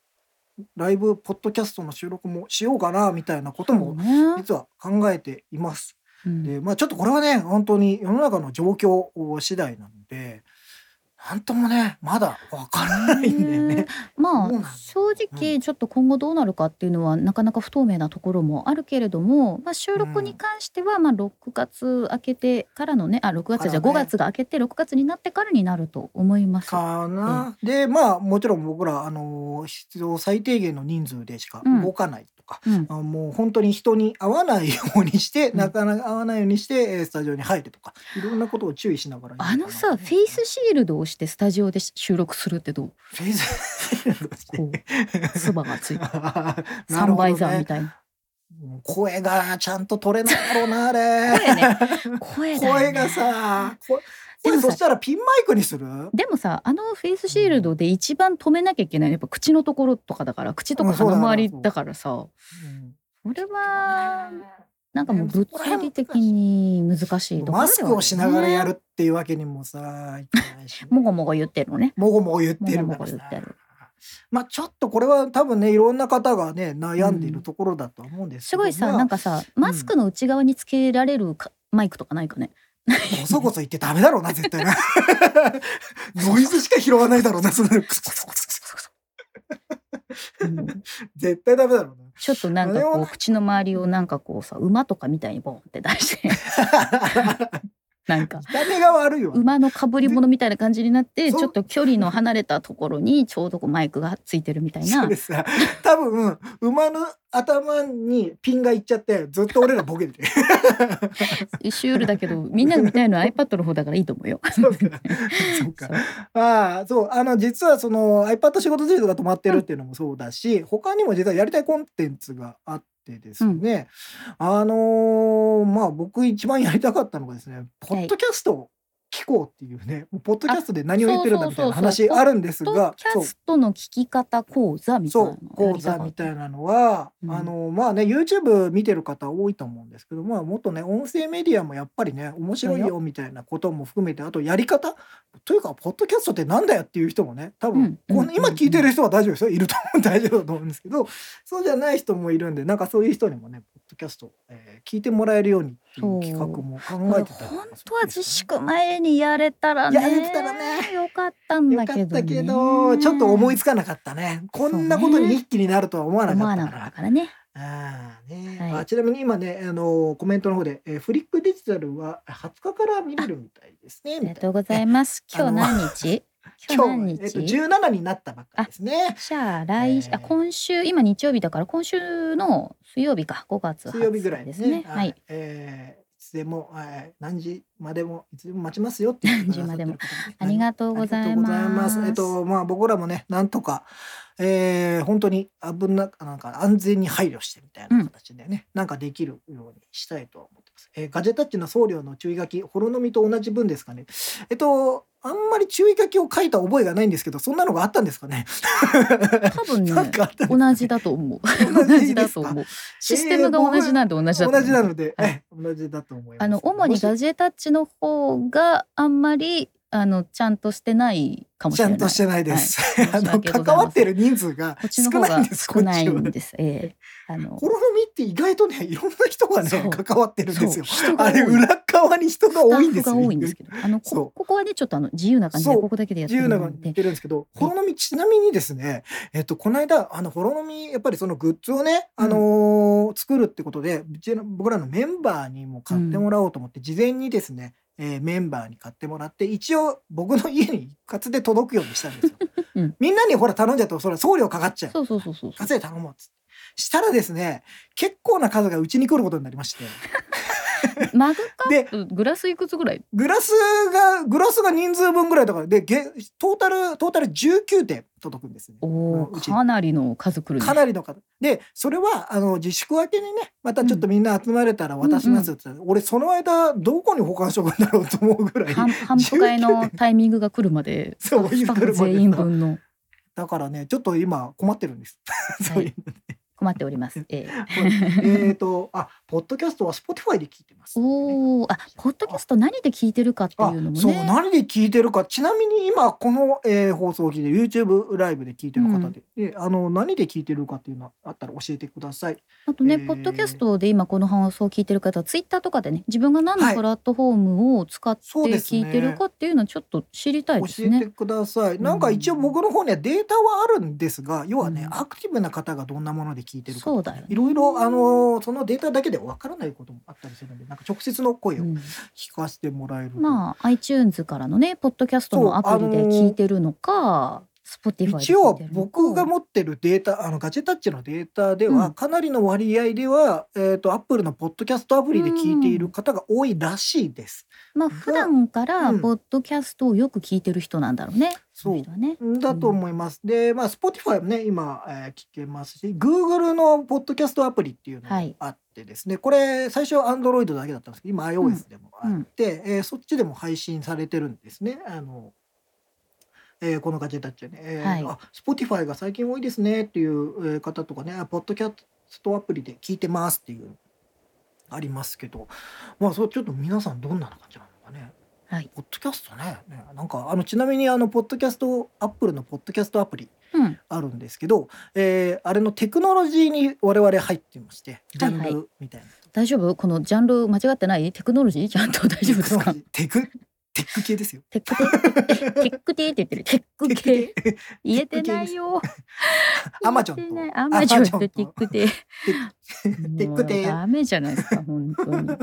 ライブポッドキャストの収録もしようかなみたいなことも
ね
実は考えています。
うん
でまあちょっとこれはね本当に世の中の状況次第なのでなんともねまだわからないんだよ
へ
ね
え。ま
そうなんだ
あ正直ちょっと今後どうなるかっていうのはなかなか不透明なところもあるけれども、まあ、収録に関してはまあ6月明けてからのねあ6月じゃ
からね
5月が明けて6月になってからになると思います。
かな、でまあもちろん僕ら、あの必要最低限の人数でしか
うん
動かないとか、
うん
あもう本当に人に会わないようにして、
うん
なかなか会わないようにしてえースタジオに入るとかいろんなことを注意しながら
あのさフェイスシールドをしてスタジオで収録するってどう
フェイス
こうつばが ついて
なる
サン
ほど
バ
ね
イザーみたいな
声がちゃんと取れないだろうなあれ
声ね声だよね
声がさこ
で
声
もさ
そしたらピンマイクにする
でもさあのフェイスシールドで一番止めなきゃいけないのはやっぱ口のところとかだから口と
う
か
んそう
鼻
だ
周
ね
りだからさこれはなんかもう
で
物
もそこら辺
理的に難しいところ
マ
で
ス
はある
ク
よね
をしながらやるっていうわけにもさいかないし
もごもご言ってるのね
もごもご言ってる
も
か
ごもご
ら
言
さ
ってる
まあちょっとこれは多分ねいろんな方がね悩んでいるところだとは思うんです
す
けど、
ごいさ
まあ
なんかさマスクの内側につけられるかマイクとかないかね
ごそごそ言ってダメだろうな絶 対なノイズしか拾わないだろうなその
コソコソコソコソうん
絶対ダメだろうな
ちょっとなんか
あれ
こ
は
う口の周りをなんかこうさ馬とかみたいにボンって出して なんか
見た目が悪いわ
馬のかぶり物みたいな感じになって
でそう
ちょっと距離の離れたところにちょうどこうマイクがついてるみたい
そ
な
れさ多分馬の頭にピンがいっちゃってずっと俺らボ ケてる
シュールだけどみんなが見たいのは iPad の方だからいいと思うよ。
そうかそうかああそうあの実はその iPad 仕事中とか止まってるっていうのもそうだし、他にも実はやりたいコンテンツがあってですね、あのーまあ僕一番やりたかったのがですねポッドキャストを聞こうっていうね、もうポッドキャストで何を言ってるんだみたいな
そうそうそう
話
そう
あるんです
ポッ
が
ドキャストの聞き方講座みたい
そ
な
う講座みたいなのは、
うん
あのまあね YouTube 見てる方多いと思うんですけど、まあ、もっとね音声メディアもやっぱりね面白い
そう
よみたいなことも含めてあとやり方というかポッドキャストってなんだよっていう人もね多分、
うん
こ
うん
の今聞いてる人は大丈夫ですよいると思う大丈夫だと思うんですけどそうじゃない人もいるんでなんかそういう人にもねポッドキャスト、えー聞いてもらえるようにっていう企画も
こ
考
れ
えてたり
本当は自粛前にやれたらね
やれてたらね
よかったん
よ
だ
か
け
っ
どね
たけどちょっと思いつかなかったねこんなことに一気になるとは思わな
思
か
わ
った
な
か
からった。からね。
ああね
はい
あちなみに今ね、あのコメントの方で、えーフリックデジタルは20日から見れるみたいですね。
あ
み
り
た
が
いな
とうございます。
あ
今
の
日何日？今日
今
何
日、えっと、
日？
17になったばっかりですね。
じゃあ来週、
えー
あ今週今日曜日だから今週の水曜日か5月20
水曜日ぐらい
で
ですすね
ね。。はい。。
えーいつでも、えー何時までもいつでも待ちますよって言ってくださってる方ね
ありがとうございます。
ありがとうございますえっとまあ僕らもねなんとか、えー本当に危ななんか安全に配慮してみたいな形でね、なんかできるようにしたいとは思ってます。えーガジェタッチの送料の注意書きホロノミと同じ分ですかね。えっとあんまり注意書きを書いた覚えがないんですけどそんなのがあったんですかね。
多分ね
なんかあったんですかね
同じだと思う。
同
同じ
じで
だ
すか
と思う。システムが同じなんで同じだと思う。
同じなので、
はい
え同じだと思います。
あの主に
もし
ガジェタッチの方があんまりあのちゃんとしてないかもし
ち
れ
ゃ
ない。
んとしてないです。
はい申し
あの
訳ございません
関わってる人数が
こっち
少
の方
ないん
が
です。
少ない
こっち
ん
は
です。ええあの
コロノミって意外とねいろんな人が
そ
ね
う
関わってるんですよ。
そう人が多
あ
い
れ裏側に人が多いんです
スタッフ
よ。
が多いんですけど、あの
そ
こ
う
ここはねちょっとあの自由な感じで
そう
ここだけでやっ
自
てる
由なの
ん
に言
で
っ、てるんですけど、コロノミちなみにですね、えっとこの間あのコロノミやっぱりそのグッズをね、
うん
あのー作るってことで、うちの僕らのメンバーにも買ってもらおうと思って、事前にですね、えーメンバーに買ってもらって一応僕の家に一括で届くようにしたんですよ。
うん
みんなにほら頼んじゃうとそれは送料かかっちゃう。
そうそうそうそうそう。
数で頼もうっつって。したらですね、結構な数がうちに来ることになりまして、
マグカップグラスいくつぐらい？
グラスが、グラスが人数分ぐらいだから、で、げトータル、トータル19点届くんですね。
おお、
うんうち
かなりの数来るね。
かなりの方。で、それは、あの、自粛明けにね、またちょっとみんな集まれたら渡しますって言ったら、俺その間、どこに保管しとくんだろうと思うぐらい。
反反復会のタイミングが来るま で、スタ
そう
ッフ全員分の
だからね、ちょっと今困ってるんです。そういう。
困っております。ええ
えっと、あ、ポッドキャストは Spotify で聞いてます。
おお、あ、ポッドキャスト何で聞いてるかっていうのもね。
そう何で聞いてるかちなみに今この、えー放送を聞いて YouTube ライブで聞いてる方で,、であの何で聞いてるかっていうのあったら教えてください。
あとね、
えー
ポッドキャストで今この放送を聞いてる方、ツイッターとかでね、自分が何の
はい
プラットフォームを使って
そうですね
聞いてるかっていうのをちょっと知りたいです
教えて
ね。
ください、
うん
なんか一応僕の方にはデータはあるんですが要はね、
うん
アクティブな方がどんなもので聞いてるか
そうだよね
いろいろあのそのデータだけでわからないこともあったりするんでなんか直接の声を
うん
聞かせてもらえると、
まあ iTunes からのね、ポッドキャストのアプリで聞いてるのか、Spotify で聞いて
一
るの
応
か。
僕が持ってるデータあのガジェタッチのデータで
う
は
ん
かなりの割合では、えっ、とアップルのポッドキャストアプリで聞いている方が多いらしいです。
まあ普段から
うん
ポッドキャストをよく聞いてる人なんだろうね。
そう
の人はね。
だと思います。で、まあ Spotify もね今、えー聞けますし、Google のポッドキャストアプリっていうのが
はい
あってですね、これ最初 Android だけだったんですけど、今 iOS でもあって、えーそっちでも配信されてるんですね。あのえーこのガジェタッチはね、えー
はい
あ Spotify が最近多いですねっていうえー方とかね、あポッドキャストアプリで聞いてますっていうありますけど、まあそうちょっと皆さんどんな感じなのかね。
はい
ポッドキャストねねなんかあのちなみにあのポッドキャストアップルのポッドキャストアプリ
うん。
あるんですけど、えーあれのテクノロジーに我々入ってましてジャン
はいは
ルみたいな、
大丈夫？このジャンル間違ってない？テクノロジーちゃんと大丈夫ですか？
テクノロジーテクテック系ですよ。
テックテ、テックテって言ってる。テック系。言えてないよ。
アマゾンと
言えてないアマゾンとテックテ。
テック
もう
系。あ
ダメじゃないですか、本当 に。
の、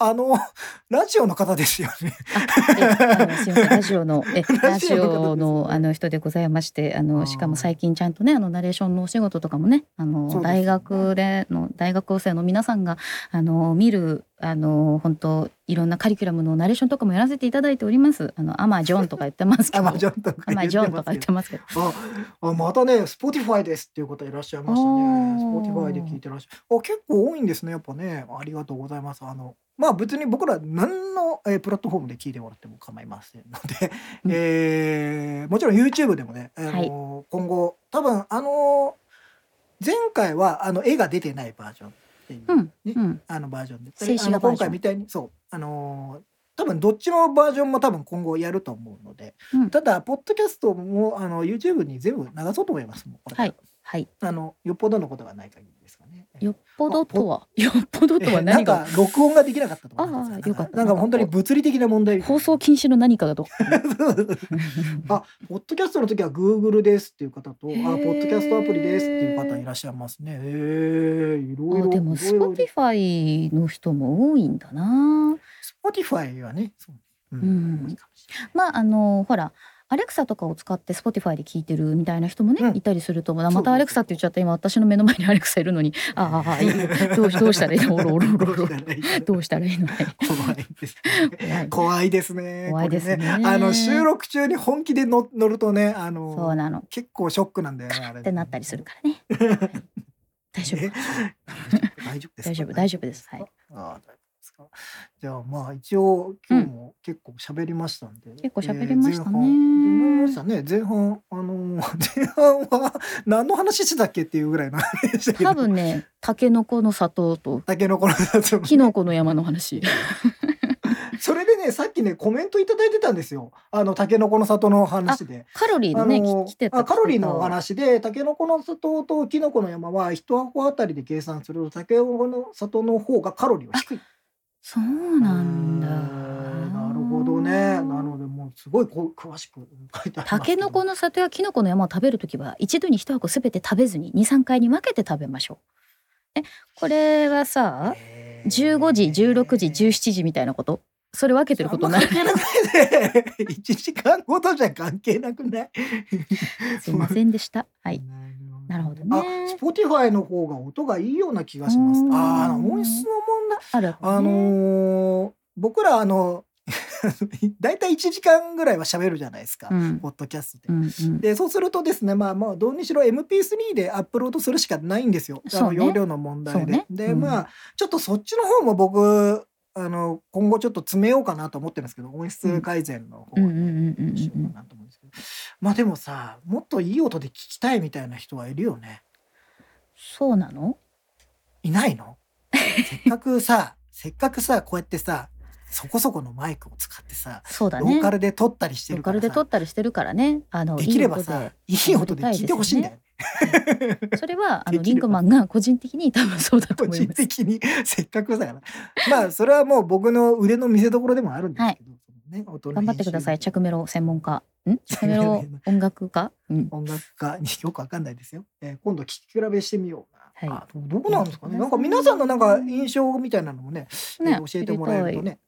あの、ラジオの方ですよね。
えあのすいませんラジオのえラ
ラ
ジ
ジオの方ですね
オのあの人でございましてあ
あ
の
ー
しかも最近ちゃんとねあのナレーションのお仕事とかもねあの
そうですね
大学での大学生の皆さんがあの見るあの本当いろんなカリキュラムのナレーションとかもやらせていただいておりますあのアマジョンとか言ってますけ
ア
ど
マゾンとか
アマジョンとか言
言
っ
って
てますけど
ますけど。あ、あまたね、スポティファイですっていう方いらっしゃいましたね。ス
お
ポ
ー
ティファイで聞いてらっしゃる。あ、結構多いんですね。やっぱね、ありがとうございます。あの。まあ別に僕ら何のえープラットフォームで聞いてもらっても構いませんので、
うん
えーもちろん YouTube でもね、あの今後多分あの前回はあの絵が出てないバージョンっていう、
うん
ね
うん
あのバージョンで。
静止画
あの
バー
今
ジョン
回みたいにそうあのー多分どっちのバージョンも多分今後やると思うので、
うん
ただポッドキャストもあの YouTube に全部流そうと思いますもんこれから
はい
あのよっぽどのことがない限りですかね。
よっぽどとはよっぽどとは
えな
何
ん
が
か録音ができなかったとか
あー
なんか
よかった
なんか本当に物理的な問題みたい
放
な
送禁止の何かがどっかに
あ、 ポッドキャストの時は Google ですっていう方と、あ、ポ
へー
ッドキャストアプリですっていう方いらっしゃいますね。へえ、いろい
あ
ろ。
でも
いろいろ
Spotify の人も多いんだな
Spotify はね、そう。う
うんまああのほらアレクサとかを使って Spotify で聞いてるみたいな人もね、
うん
いたりするとま
そうそう
たアレクサって言っちゃった今私の目の前にアレクサいるのにああああいいどうし どう したらいいのおろおろおろおろどうしたらいいのはい
怖いです
怖い
ね。怖いですね。
怖いですね
これあの収録中に本気での乗るとね、あ
そう
の
なのっ
結構ショックなんだよね。あれ
てなったりするからね はい大丈夫
ね 大丈夫ですか。
大丈夫大丈夫ですはい
あー。大丈夫ですかじゃあまあ一応今日も結構喋りましたんで、
結構喋りましたね
えー前半喋りましたね前半あの ー前半は何の話してたっけっていうぐらいの話でしたけど
多分ねタケノコの里と
タケノコの雑
キノコの山の 話
それでねさっきねコメントいただいてたんですよあのタケノコの里の話で。
カロリー
あ
のね、
の
き来てた
あカロリーのお
お
話でタケノコの里とキノコの山は一箱あたりで計算するとタケノコの里の方がカロリーは低い。
そうなんだ
うーんなるほどね。なのでもうすごいこう詳しく書いてありますけど。
タケノコの里やキノコの山を食べるときは一度に一箱すべて食べずに23回に分けて食べましょう。えこれはさ
へー
15時16時17時みたいなことそれ分けてることない
あんま関係なくないで 一時間ごとじゃ関係なくない。
すいませんでした。はい、
な
なるほど
あ
ね、。
Spotify の方が音がいいような気がします
うー。ん
ああ、音質の問題。
あるわね
あのー僕らあの だいたい1時間ぐらいは喋るじゃないですか、
うん
ポッドキャス
う
トで。
んうん
でそうするとですねまあまあどうにしろ MP3 でアップロードするしかないんですよ、あ
そ
の
うね
容量の問題で。
そうね
で
うん
まあちょっとそっちの方も僕あの今後ちょっと詰めようかなと思ってるんですけど音質改善の方
うん
は
う
ね
んうんうん
しようかなと思うんですけどまあでもさもっといい音で聞きたいみたいな人はいるよね
そうなの
いないのせっかくさせっかくさこうやってさそこそこのマイクを使ってさ、
そうだ
ロ
ね
ーカルで撮ったりして
ロー
る
カ
か
ル
ら
で撮
さ
ったりしてるからねあの
できれば
いい音
さ
で
いい音で聞いてほしいんだよね
それはあの
で
リ
き
ン
れば
クマンが個人的に多分そうだと
個
思
人
います。
的にせっかくだからまあそれはもう僕の腕の見せ所でもあるんですけど、ね音の
頑張ってください
編集
着メロ専門家ん着メロ音楽家、うん、
音楽家によくわかんないですよ、えー今度聞き比べしてみような、
は
あどうなんですかね
うん
なんか皆さんのなんか印象みたいなのもねえー教えてもらえると
知り
ね、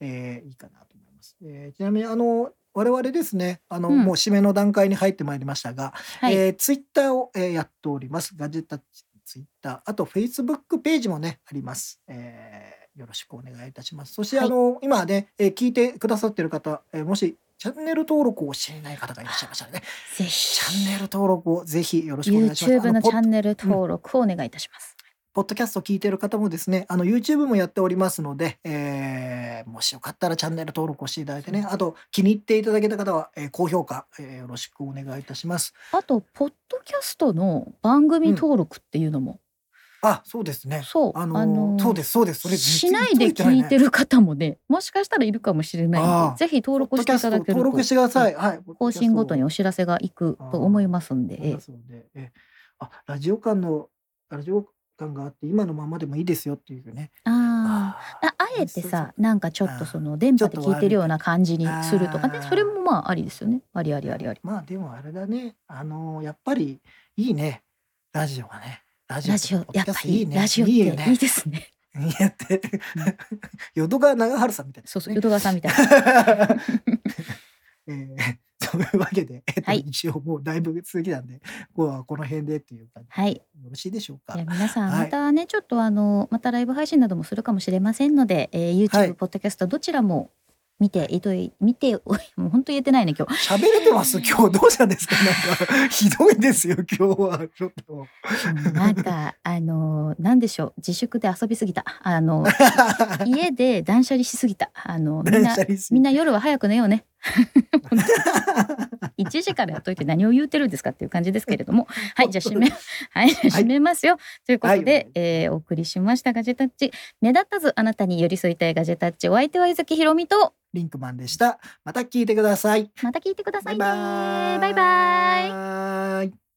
えーいいかなと思います。えーちなみにあの我々ですね、あの、
うん
もう締めの段階に入ってまいりましたが、
たいはい
えツイッター Twitter を、えーやっております。ガジェタッチツイッター、あとフェイスブックページもねあります。えーよろしくお願いいたします。そして、
はい
あの今ね、えー聞いてくださってる方、えーもしチャンネル登録をしていない方がいらっしゃいましたらね、
ぜひ
チャンネル登録をぜひよろしくお願いします。
YouTube
あ
の
ポ
チ
ッ
ャンネル登録をお願いいたします。
ポッドキャスト聞いてる方もですね、あの YouTube もやっておりますので、えーもしよかったらチャンネル登録をしていただいてね、あと気に入っていただけた方は、えー高評価、えーよろしくお願いいたします。
あとポッドキャストの番組登録っていうのも、
あ、そうですね。
そう
あのー
ー
そうですそうです。それ
しないで聞いて
る。
る方もねもしかしたらいるかもしれない
あ
の
あ
でぜひ登録していただけ
ポッドキャスト登
る
録し
と
てください。はい。
更新ごとに
ポッ
お知らせがいくと思いますん
ド
で
キャストを思いますので。えあ、ラジオ感のラジオ感があって今のままでもいいですよっていうね。
あああえてさなんかちょっとその電波で聞いてるような感じにするとかね
あー
それもまあありですよねありありありあり
まあでもあれだねあのやっぱりいいねラジオはねラ
ラジオ
ポッ
や
ド
っぱ
キャスト
りラジオって
い
い
いよ
い
ね
ですね
いいよって 淀川長春さんみたいな
そうそう淀川さんみたいな
えーというわけで、えっと
はい
一応もうだいぶ続きなんで今日はこの辺でっていう感じ
はい
でよろしいでしょうか
いや皆さん
はい
またね、ちょっとあのまたライブ配信などもするかもしれませんので、えー YouTube、
はい
ポッドキャストどちらも見ていとい見ておいもう本当言えてないね今 日
喋れてます今日どうしたんですかなんかひどいですよ今日はちょっと
うんなんかあのなんでしょう自粛で遊びすぎたあ の家で断捨離しすぎたあのみんな
断捨離す
み
る
んな夜は早く寝ようね1時からやっといて何を言うてるんですかっていう感じですけれどもはいじゃあ締めはいじゃあ締めますよ、ということで、
はい
えーお送りしましたガジェタッチ目立たずあなたに寄り添いたいガジェタッチお相手は伊崎ひろみと
リンクマンでしたまた聞いてください
また聞いてくださ
バ
い
イ
ね
バーイ
バイバイ
イ